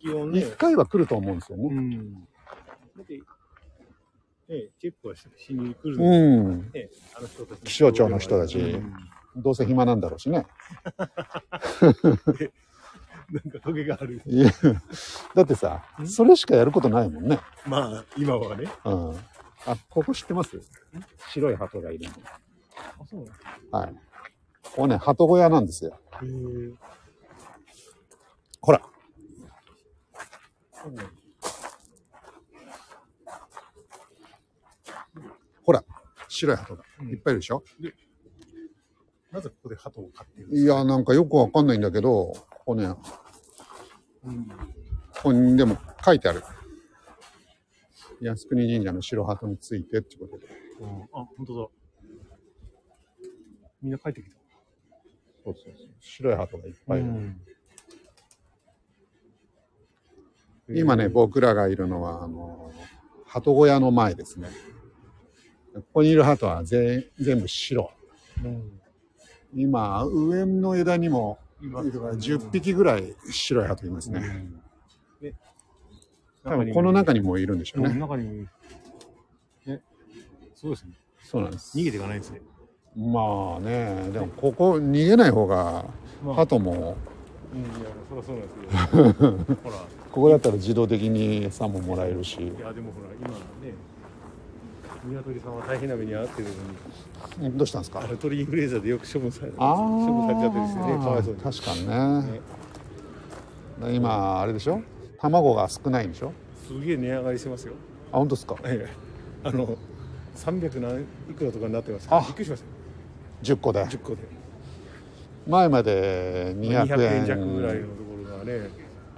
Speaker 2: 気温ね
Speaker 1: 1回は来ると思うんですよね。
Speaker 2: うんだってねチェックはししに来る
Speaker 1: うん、
Speaker 2: んですねあの人たち
Speaker 1: 気象庁の人たち
Speaker 2: うん
Speaker 1: どうせ暇なんだろうしね。
Speaker 2: なんか影が ある
Speaker 1: いやだってさ、
Speaker 2: ん
Speaker 1: それしかやることないもんね。
Speaker 2: まあ今はね
Speaker 1: うん。あ、ここ知ってます白い鳩がいる
Speaker 2: あそうなん
Speaker 1: の。はい。ここね、鳩小屋なんですよ。
Speaker 2: へえ
Speaker 1: ほら、
Speaker 2: そうなんだ
Speaker 1: ほら、白い鳩が
Speaker 2: うん
Speaker 1: いっぱいいるでしょ、
Speaker 2: なぜここで鳩を飼っているんで
Speaker 1: いや、なんかよくわかんないんだけど、ここね、
Speaker 2: すかうん
Speaker 1: ここにでも書いてある。靖国神社の白鳩についてってことで。
Speaker 2: うんあ、本当だ。みんな帰ってきた。
Speaker 1: そうそうそう白い鳩がいっぱいいる。今ね、僕らがいるのは、あの、鳩小屋の前ですね。ここにいる鳩は全全部白。
Speaker 2: うん、
Speaker 1: 今、上の枝にも、
Speaker 2: 今
Speaker 1: 10匹ぐらい白い鳩いますね。
Speaker 2: で
Speaker 1: 多分この中にもいるんでしょう
Speaker 2: うん
Speaker 1: ね。
Speaker 2: 中にもね、そうですね。
Speaker 1: そうなんです。
Speaker 2: 逃げていかないですね。
Speaker 1: まあね、でもここ逃げない方が、
Speaker 2: まあ、
Speaker 1: 鳩も、
Speaker 2: うん、いや、そりゃそうなん ですけど。ほら、
Speaker 1: ここだったら自動的に餌ももらえるし
Speaker 2: い、や、でもほら、今ね、鶏さんは大変な目に遭ってるのに、
Speaker 1: どうしたんですか
Speaker 2: あの鳥インフルエンザでよく処分され、
Speaker 1: ああ
Speaker 2: 処分されちゃってるんですよね。かわいそうに。
Speaker 1: 確かにね
Speaker 2: ね
Speaker 1: で今あれでしょ卵が少ないんでしょ
Speaker 2: すげえ値上がりしてますよ。
Speaker 1: あ本当ですか
Speaker 2: ええあの300何いくらとかになってますから
Speaker 1: あ
Speaker 2: びっくりしまし
Speaker 1: 10個で
Speaker 2: た10個で
Speaker 1: 前まで200
Speaker 2: 200
Speaker 1: 円
Speaker 2: 円弱ぐらいのところがね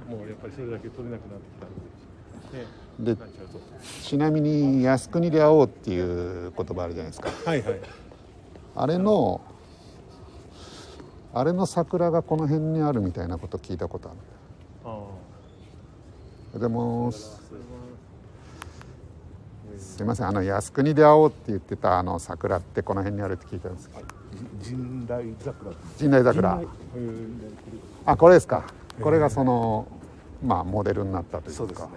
Speaker 2: もうやっぱりそれだけ取れなくなってきたので、
Speaker 1: で
Speaker 2: ね、なっちゃうと
Speaker 1: ちなみに「靖国で会おう」っていう言葉あるじゃないですか
Speaker 2: はいはい
Speaker 1: あれのあれの桜がこの辺にあるみたいなこと聞いたことあ
Speaker 2: ああ
Speaker 1: るでも
Speaker 2: それは
Speaker 1: すいませんあの「靖国で会おう」って言ってたあの桜ってこの辺にあるって聞いたんですけど
Speaker 2: 神代桜
Speaker 1: 陣内桜あこれですかこれがその、まあモデルになったというか
Speaker 3: そうですね。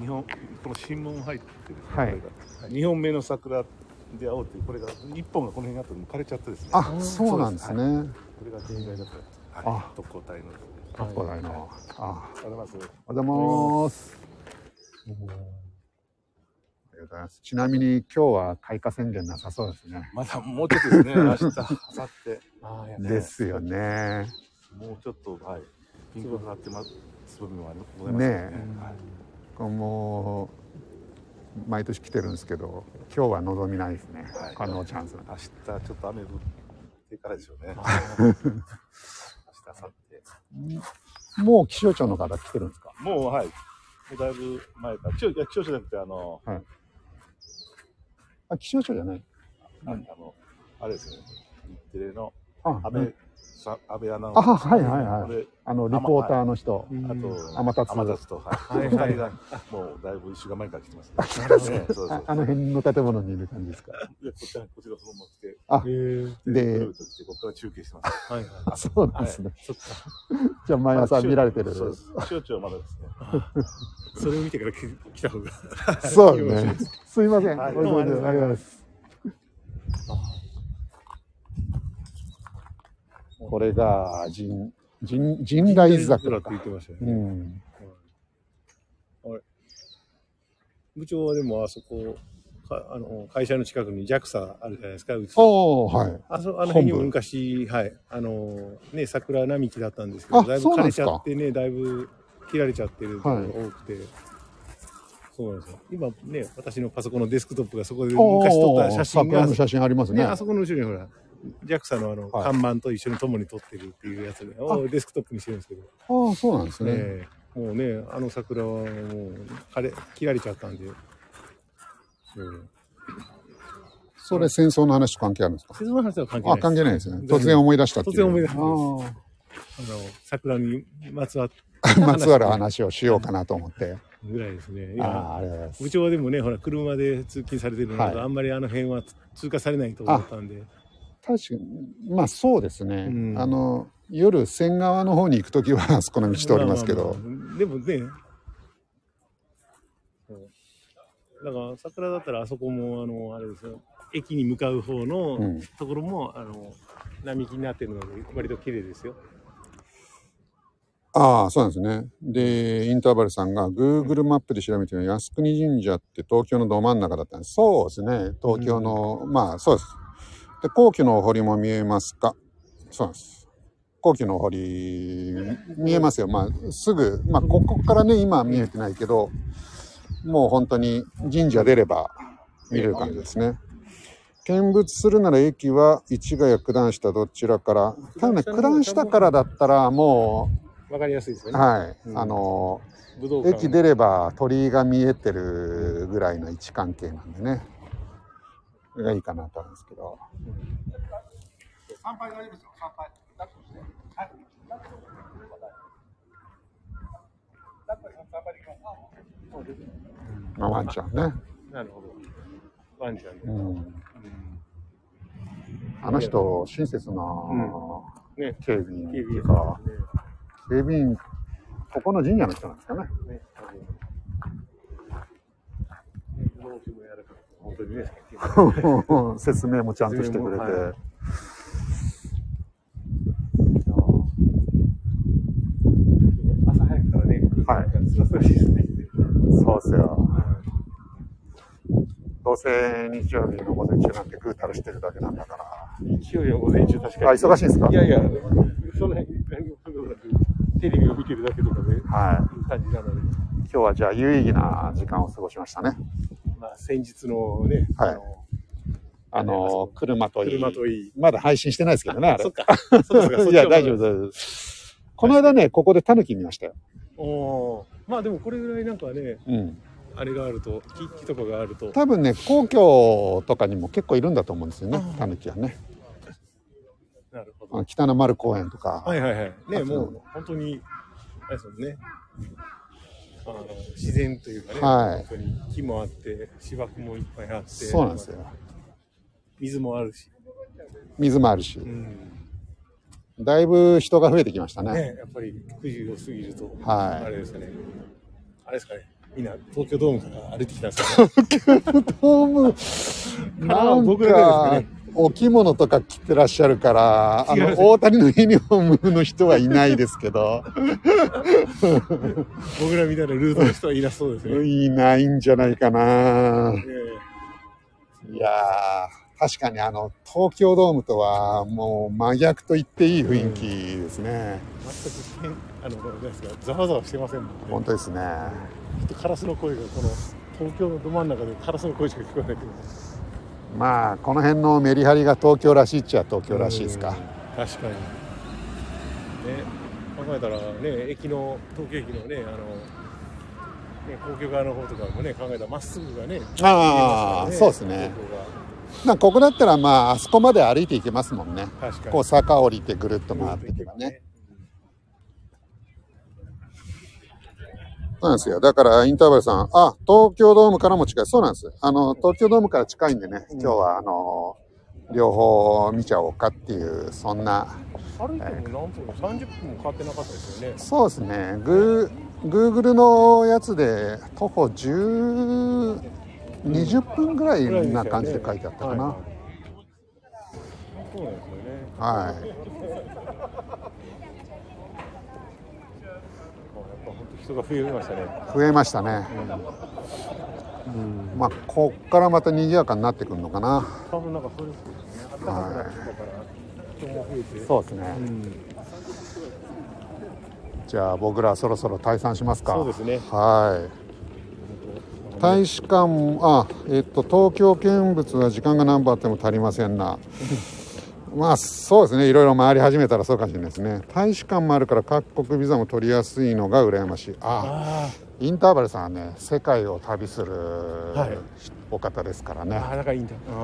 Speaker 3: 日本この新聞入ってですね。
Speaker 1: はい
Speaker 3: これが。日本目の桜で会おうっていうこれが一本がこの辺にあったのに枯れちゃってですね。
Speaker 1: あそうなんですね、
Speaker 3: これが人材だった。
Speaker 1: あ
Speaker 3: はい。特攻隊の。
Speaker 1: かっこないなあ
Speaker 3: あります。
Speaker 1: おはようございますありがとうございますちなみに今日は開花宣言なさそうですね
Speaker 3: まだもうちょっとです ね。明日、明後
Speaker 2: ああやっぱ
Speaker 3: ね
Speaker 1: ですよね
Speaker 3: 日もうちょっとはい。ピンクがなってます。つぼみもありございますよ
Speaker 1: ねえもう毎年来てるんですけど今日は望みないですね、
Speaker 3: はい
Speaker 1: このチャンス
Speaker 3: 明日ちょっと雨降ってからでしょ うね。明日、明後
Speaker 1: もう気象庁の方来てるんですか
Speaker 3: 日。もうはい。もうだいぶ前から。気象いや気象じゃなくてあの。
Speaker 1: あ気象庁じゃない
Speaker 3: ああの、あれですね、日テレの
Speaker 1: あ
Speaker 3: 安倍さん、安倍アナウン
Speaker 1: あ
Speaker 3: サー。
Speaker 1: はいはいはい
Speaker 3: あれ
Speaker 1: あのリポーターの人
Speaker 2: うん
Speaker 3: あと、
Speaker 1: 天達
Speaker 3: 天達と、はい。
Speaker 2: はいはい
Speaker 3: 二人が、もうだいぶ一週間前から来てます、ね。
Speaker 1: 来てます
Speaker 3: ね。そうそう
Speaker 1: あ。あの辺の建物にいる感じですか
Speaker 3: で、こっちは、こっちがそのまま来て、
Speaker 2: へえ
Speaker 3: ブ
Speaker 1: で
Speaker 3: ルーと来て、ここから中継してます。
Speaker 2: はいは
Speaker 1: そうなんですね、
Speaker 2: い
Speaker 1: じゃあ毎朝見られてる
Speaker 3: そうです。気象庁はまだですね。
Speaker 2: それを見てから来来た方が
Speaker 1: そうね。すいません。
Speaker 3: はい
Speaker 1: ごめんなさいありがとうございます。これが人人人来桜
Speaker 2: って
Speaker 1: か
Speaker 2: 言。ってましたよね
Speaker 1: うん。
Speaker 2: 部長はでもあそこかあの会社の近くに JAXA あるじゃないですか、うち。
Speaker 1: ああ、はい。
Speaker 2: あそあの辺にも
Speaker 1: 本部
Speaker 2: 昔、はい、あのね、桜並木だったんですけど、
Speaker 1: あ
Speaker 2: だいぶ
Speaker 1: そう
Speaker 2: 枯
Speaker 1: なん
Speaker 2: れ
Speaker 1: です
Speaker 2: ち
Speaker 1: か
Speaker 2: ゃってね、だいぶ切られちゃってるところが多くて、そうなんですよ。今ね、私のパソコンのデスクトップがそこで昔撮った写真
Speaker 1: ああああ桜
Speaker 2: が、
Speaker 1: の写真あります
Speaker 2: ね、
Speaker 1: ね。
Speaker 2: あそこの後ろにほら、JAXA のあの、
Speaker 1: はい
Speaker 2: 看板と一緒に共に撮ってるっていうやつで、をデスクトップにしてるんですけど、
Speaker 1: ああ、そうなんですね。
Speaker 2: ねもうね、あの桜はもう枯れ、切られちゃったんで、うん、
Speaker 1: それ戦争の話と関係あるんですか
Speaker 2: 節分の話とは関係
Speaker 1: あ、
Speaker 2: ないです
Speaker 1: 関係ないですね。
Speaker 2: 全然
Speaker 1: 突然思い出したっていう。
Speaker 2: 突然思い出し
Speaker 1: し
Speaker 2: あの桜にまつわった
Speaker 1: た。 まつわる話をしようかなと思って。
Speaker 2: ぐ らいですね。
Speaker 1: あ
Speaker 2: 今
Speaker 1: あ、ありがとうございます。
Speaker 2: 部長はでもね、ほら、車で通勤されてるので、
Speaker 1: はい
Speaker 2: あんまりあの辺は通過されないと思ったんで、
Speaker 1: 確かに、まあそうですね。
Speaker 2: うん
Speaker 1: あの、夜、仙川の方に行くときは、あそこの道通りますけ
Speaker 2: まあ
Speaker 1: ど。
Speaker 2: まあまあでもね、そうだから桜だったら、あそこも、あの、あれですよ、駅に向かう方
Speaker 1: う
Speaker 2: の
Speaker 1: ん。
Speaker 2: ところも、あの、並木になってるので、割と綺麗ですよ。
Speaker 1: ああ、そうなんですね。で、インターバルさんが Google マップで調べてみたら、靖国神社って東京のど真ん中だったんです。そうですね。東京の、まあそうです。で、皇居のお堀も見えますかそうなんです。皇居のお堀、見えますよ。まあすぐ、まあここからね、今は見えてないけど、もう本当に神社出れば見れる感じですね。見物するなら駅は市ヶ谷九段下どちらから。ただね、九段下からだったらもう、
Speaker 2: わかりやすいですよね。
Speaker 1: はい、
Speaker 2: うん
Speaker 1: あの
Speaker 2: 武道館
Speaker 1: 駅出れば鳥居が見えてるぐらいの位置関係なんでねがいいかなと思うんですけどまあワンちゃんね、
Speaker 2: なるほど。ワンちゃんで。
Speaker 1: うん、
Speaker 2: うん
Speaker 1: あの人親切な
Speaker 2: ね、
Speaker 1: 警備員って
Speaker 2: 警
Speaker 1: いう
Speaker 2: 備
Speaker 1: か
Speaker 2: ね
Speaker 1: 警備員ここの神社の人なんですかね
Speaker 2: ね、多分。動機もやらかくて、本当に ね。
Speaker 1: 説明もちゃんとしてくれて。
Speaker 2: 説明もはい朝早くからね、
Speaker 1: はい
Speaker 2: い。すがすがしいですね。
Speaker 1: そうっすよ。どうせ日曜日の午前中なんてぐうたらしてるだけなんだから。
Speaker 2: 日曜日は午前中確かに。
Speaker 1: あ、忙しいんですか
Speaker 2: いやいや、そんなに何も考えなくテレビを見てるだけとかで、いう
Speaker 1: はい。
Speaker 2: 感じなの
Speaker 1: 今
Speaker 2: で、
Speaker 1: 日はじゃあ有意義な時間を過ごしましたね。
Speaker 2: まあ先日のね、
Speaker 1: はいあ
Speaker 2: あのありがとうござい
Speaker 1: の、車といい。
Speaker 2: 車といい。
Speaker 1: まだ配信してないですけどね、あれ。
Speaker 2: そっか。そっかそっか
Speaker 1: いや、大丈夫、。大丈夫。この間ね、ここでタヌキ見ましたよ。
Speaker 2: おおー。まあでもこれぐらいなんかね、
Speaker 1: うん。
Speaker 2: あれがあると、木木とかがあると。
Speaker 1: 多分ね、皇居とかにも結構いるんだと思うんですよね
Speaker 2: あ、ー
Speaker 1: タヌキはね。
Speaker 2: なるほど
Speaker 1: あ。の北の丸公園とか。
Speaker 2: はいはいはい。ね、
Speaker 1: あ
Speaker 2: も
Speaker 1: そう
Speaker 2: 本当に、あれですもんね。あの自然というかね、
Speaker 1: はい
Speaker 2: 本当に木もあって、芝生もいっぱいあって、
Speaker 1: そうなんですよ。
Speaker 2: 水もあるし、
Speaker 1: 水もあるし
Speaker 2: う。ん、
Speaker 1: だいぶ人が増えてきましたね。
Speaker 2: ね、やっぱり9時を過ぎると、
Speaker 1: はい
Speaker 2: あれですかね、あれですかね、みんな東京ドームから歩いてきたんです かね。
Speaker 1: ホーム、
Speaker 2: あ
Speaker 1: な
Speaker 2: ー
Speaker 1: ん
Speaker 2: 僕ら
Speaker 1: か
Speaker 2: です、
Speaker 1: お着物とか着てらっしゃるから、あ
Speaker 2: 違いま
Speaker 1: の、
Speaker 2: す
Speaker 1: 大谷のユニフォームの人はいないですけど、
Speaker 2: 僕らみたいなルートの人はいなそうですね。ね
Speaker 1: いないんじゃないかな。いやー、確かにあの、東京ドームとはもう真逆と言っていい雰囲気ですね。
Speaker 2: 全く変あのなんですかざわざわしてませんもんね。
Speaker 1: 本当ですね。
Speaker 2: ちょっとカラスの声がこの東京のど真ん中でカラスの声しか聞こえないけど。
Speaker 1: まあ、この辺のメリハリが東京らしいっちゃ東京らしいですか。
Speaker 2: うん。確かに。ね、考えたらね、駅の東京駅のね、あの。ね、皇居側の方とかもね、考えたらまっすぐがね。
Speaker 1: ああ、そうですね。なんかここだったらまあ、あそこまで歩いていけますもんね。
Speaker 2: 東京が確かに。
Speaker 1: こう坂降りてぐるっと
Speaker 2: う
Speaker 1: 回っていけばね。。そうなんですよ。だから、インターバルさん、あ、東京ドームからも近い。そうなんです。あの、東京ドームから近いんでね、
Speaker 2: うん
Speaker 1: 今日は、あの、両方見ちゃおうかっていう、そんな。
Speaker 2: 歩いても何分か、三十分も変わってなかったですよね。
Speaker 1: そうですね。グー、Google のやつで、徒歩10、20分ぐらいな感じで書いてあったかな。
Speaker 2: そうなんですよね。
Speaker 1: はい。
Speaker 2: やっぱ本当人が増えましたね。
Speaker 1: 増えましたね。
Speaker 2: うん
Speaker 1: まあこっからまた賑やかになってくるのかな
Speaker 2: 多分なんかそういうことですね。暖かくなってきたから、人も増えて。
Speaker 1: そうですね
Speaker 2: うん。
Speaker 1: じゃあ僕らそろそろ退散しますか
Speaker 2: そうですね。
Speaker 1: はい大使館もあえっと東京見物は時間が何分あっても足りませんな まあそうですねいろいろ回り始めたらそうかもしれないですね大使館もあるから各国ビザも取りやすいのが羨ましいあ
Speaker 2: あ
Speaker 1: インターバルさんはね世界を旅する
Speaker 2: い
Speaker 1: お方ですから
Speaker 2: あ、
Speaker 1: ね、
Speaker 2: ああ、だからいいんだ。ああ、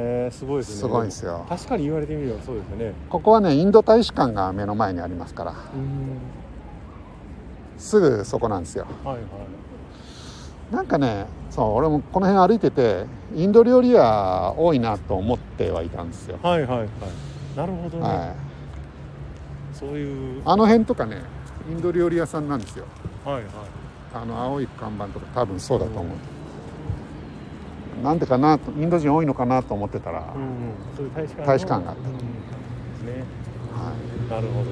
Speaker 2: えー、すごいですね。
Speaker 1: すごいんですよ
Speaker 2: 確かに言われてみればそうですね。
Speaker 1: ここはねインド大使館が目の前にありますから
Speaker 2: うん。
Speaker 1: すぐそこなんですよ
Speaker 2: はいはい。
Speaker 1: なんかねそう俺もこの辺歩いててインド料理屋多いなと思ってはいたんですよ、
Speaker 2: はいはいはい。なるほどね。
Speaker 1: はい、
Speaker 2: そういう。
Speaker 1: あの辺とかねインド料理屋さんなんですよ
Speaker 2: はいはい。
Speaker 1: あの青い看板とか多分そうだと思う、なんでかなとインド人多いのかなと思ってたら、
Speaker 2: うん、うん。そういう大使館の。
Speaker 1: 大使館があった
Speaker 2: うんですね。
Speaker 1: はい
Speaker 2: なるほど。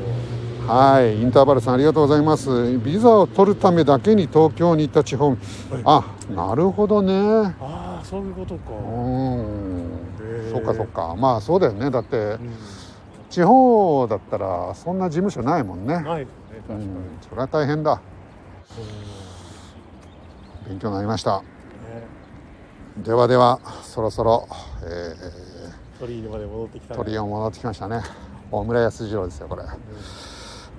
Speaker 1: はい、インターバルさんありがとうございます。ビザを取るためだけに東京に行った地方。あ、なるほどね。
Speaker 2: ああ、そういうこと
Speaker 1: う
Speaker 2: か。
Speaker 1: ー
Speaker 2: へ
Speaker 1: ん。
Speaker 2: ー
Speaker 1: そっかそっか。まあそうだよね。だって
Speaker 2: うん。
Speaker 1: 地方だったらそんな事務所ないもんね。
Speaker 2: ないですね。確
Speaker 1: う
Speaker 2: かに。うん
Speaker 1: ん、それは大変だ。勉強になりました。
Speaker 2: ね
Speaker 1: ではではそろそろ、え
Speaker 2: 鳥居まで戻ってきた
Speaker 1: ー、
Speaker 2: ら
Speaker 1: 鳥を戻ってきましたね。大村康次郎ですよこれ。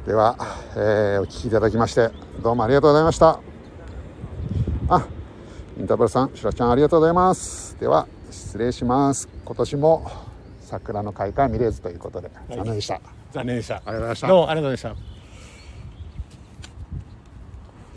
Speaker 1: では、えーお聞きいただきましてどうもありがとうございましたあインターバルさんしらちゃんありがとうございますでは失礼します今年も桜の開花は見れずということで残念でした、あり
Speaker 2: 残念でした。
Speaker 1: がとうございました
Speaker 2: どうもありがとうございました。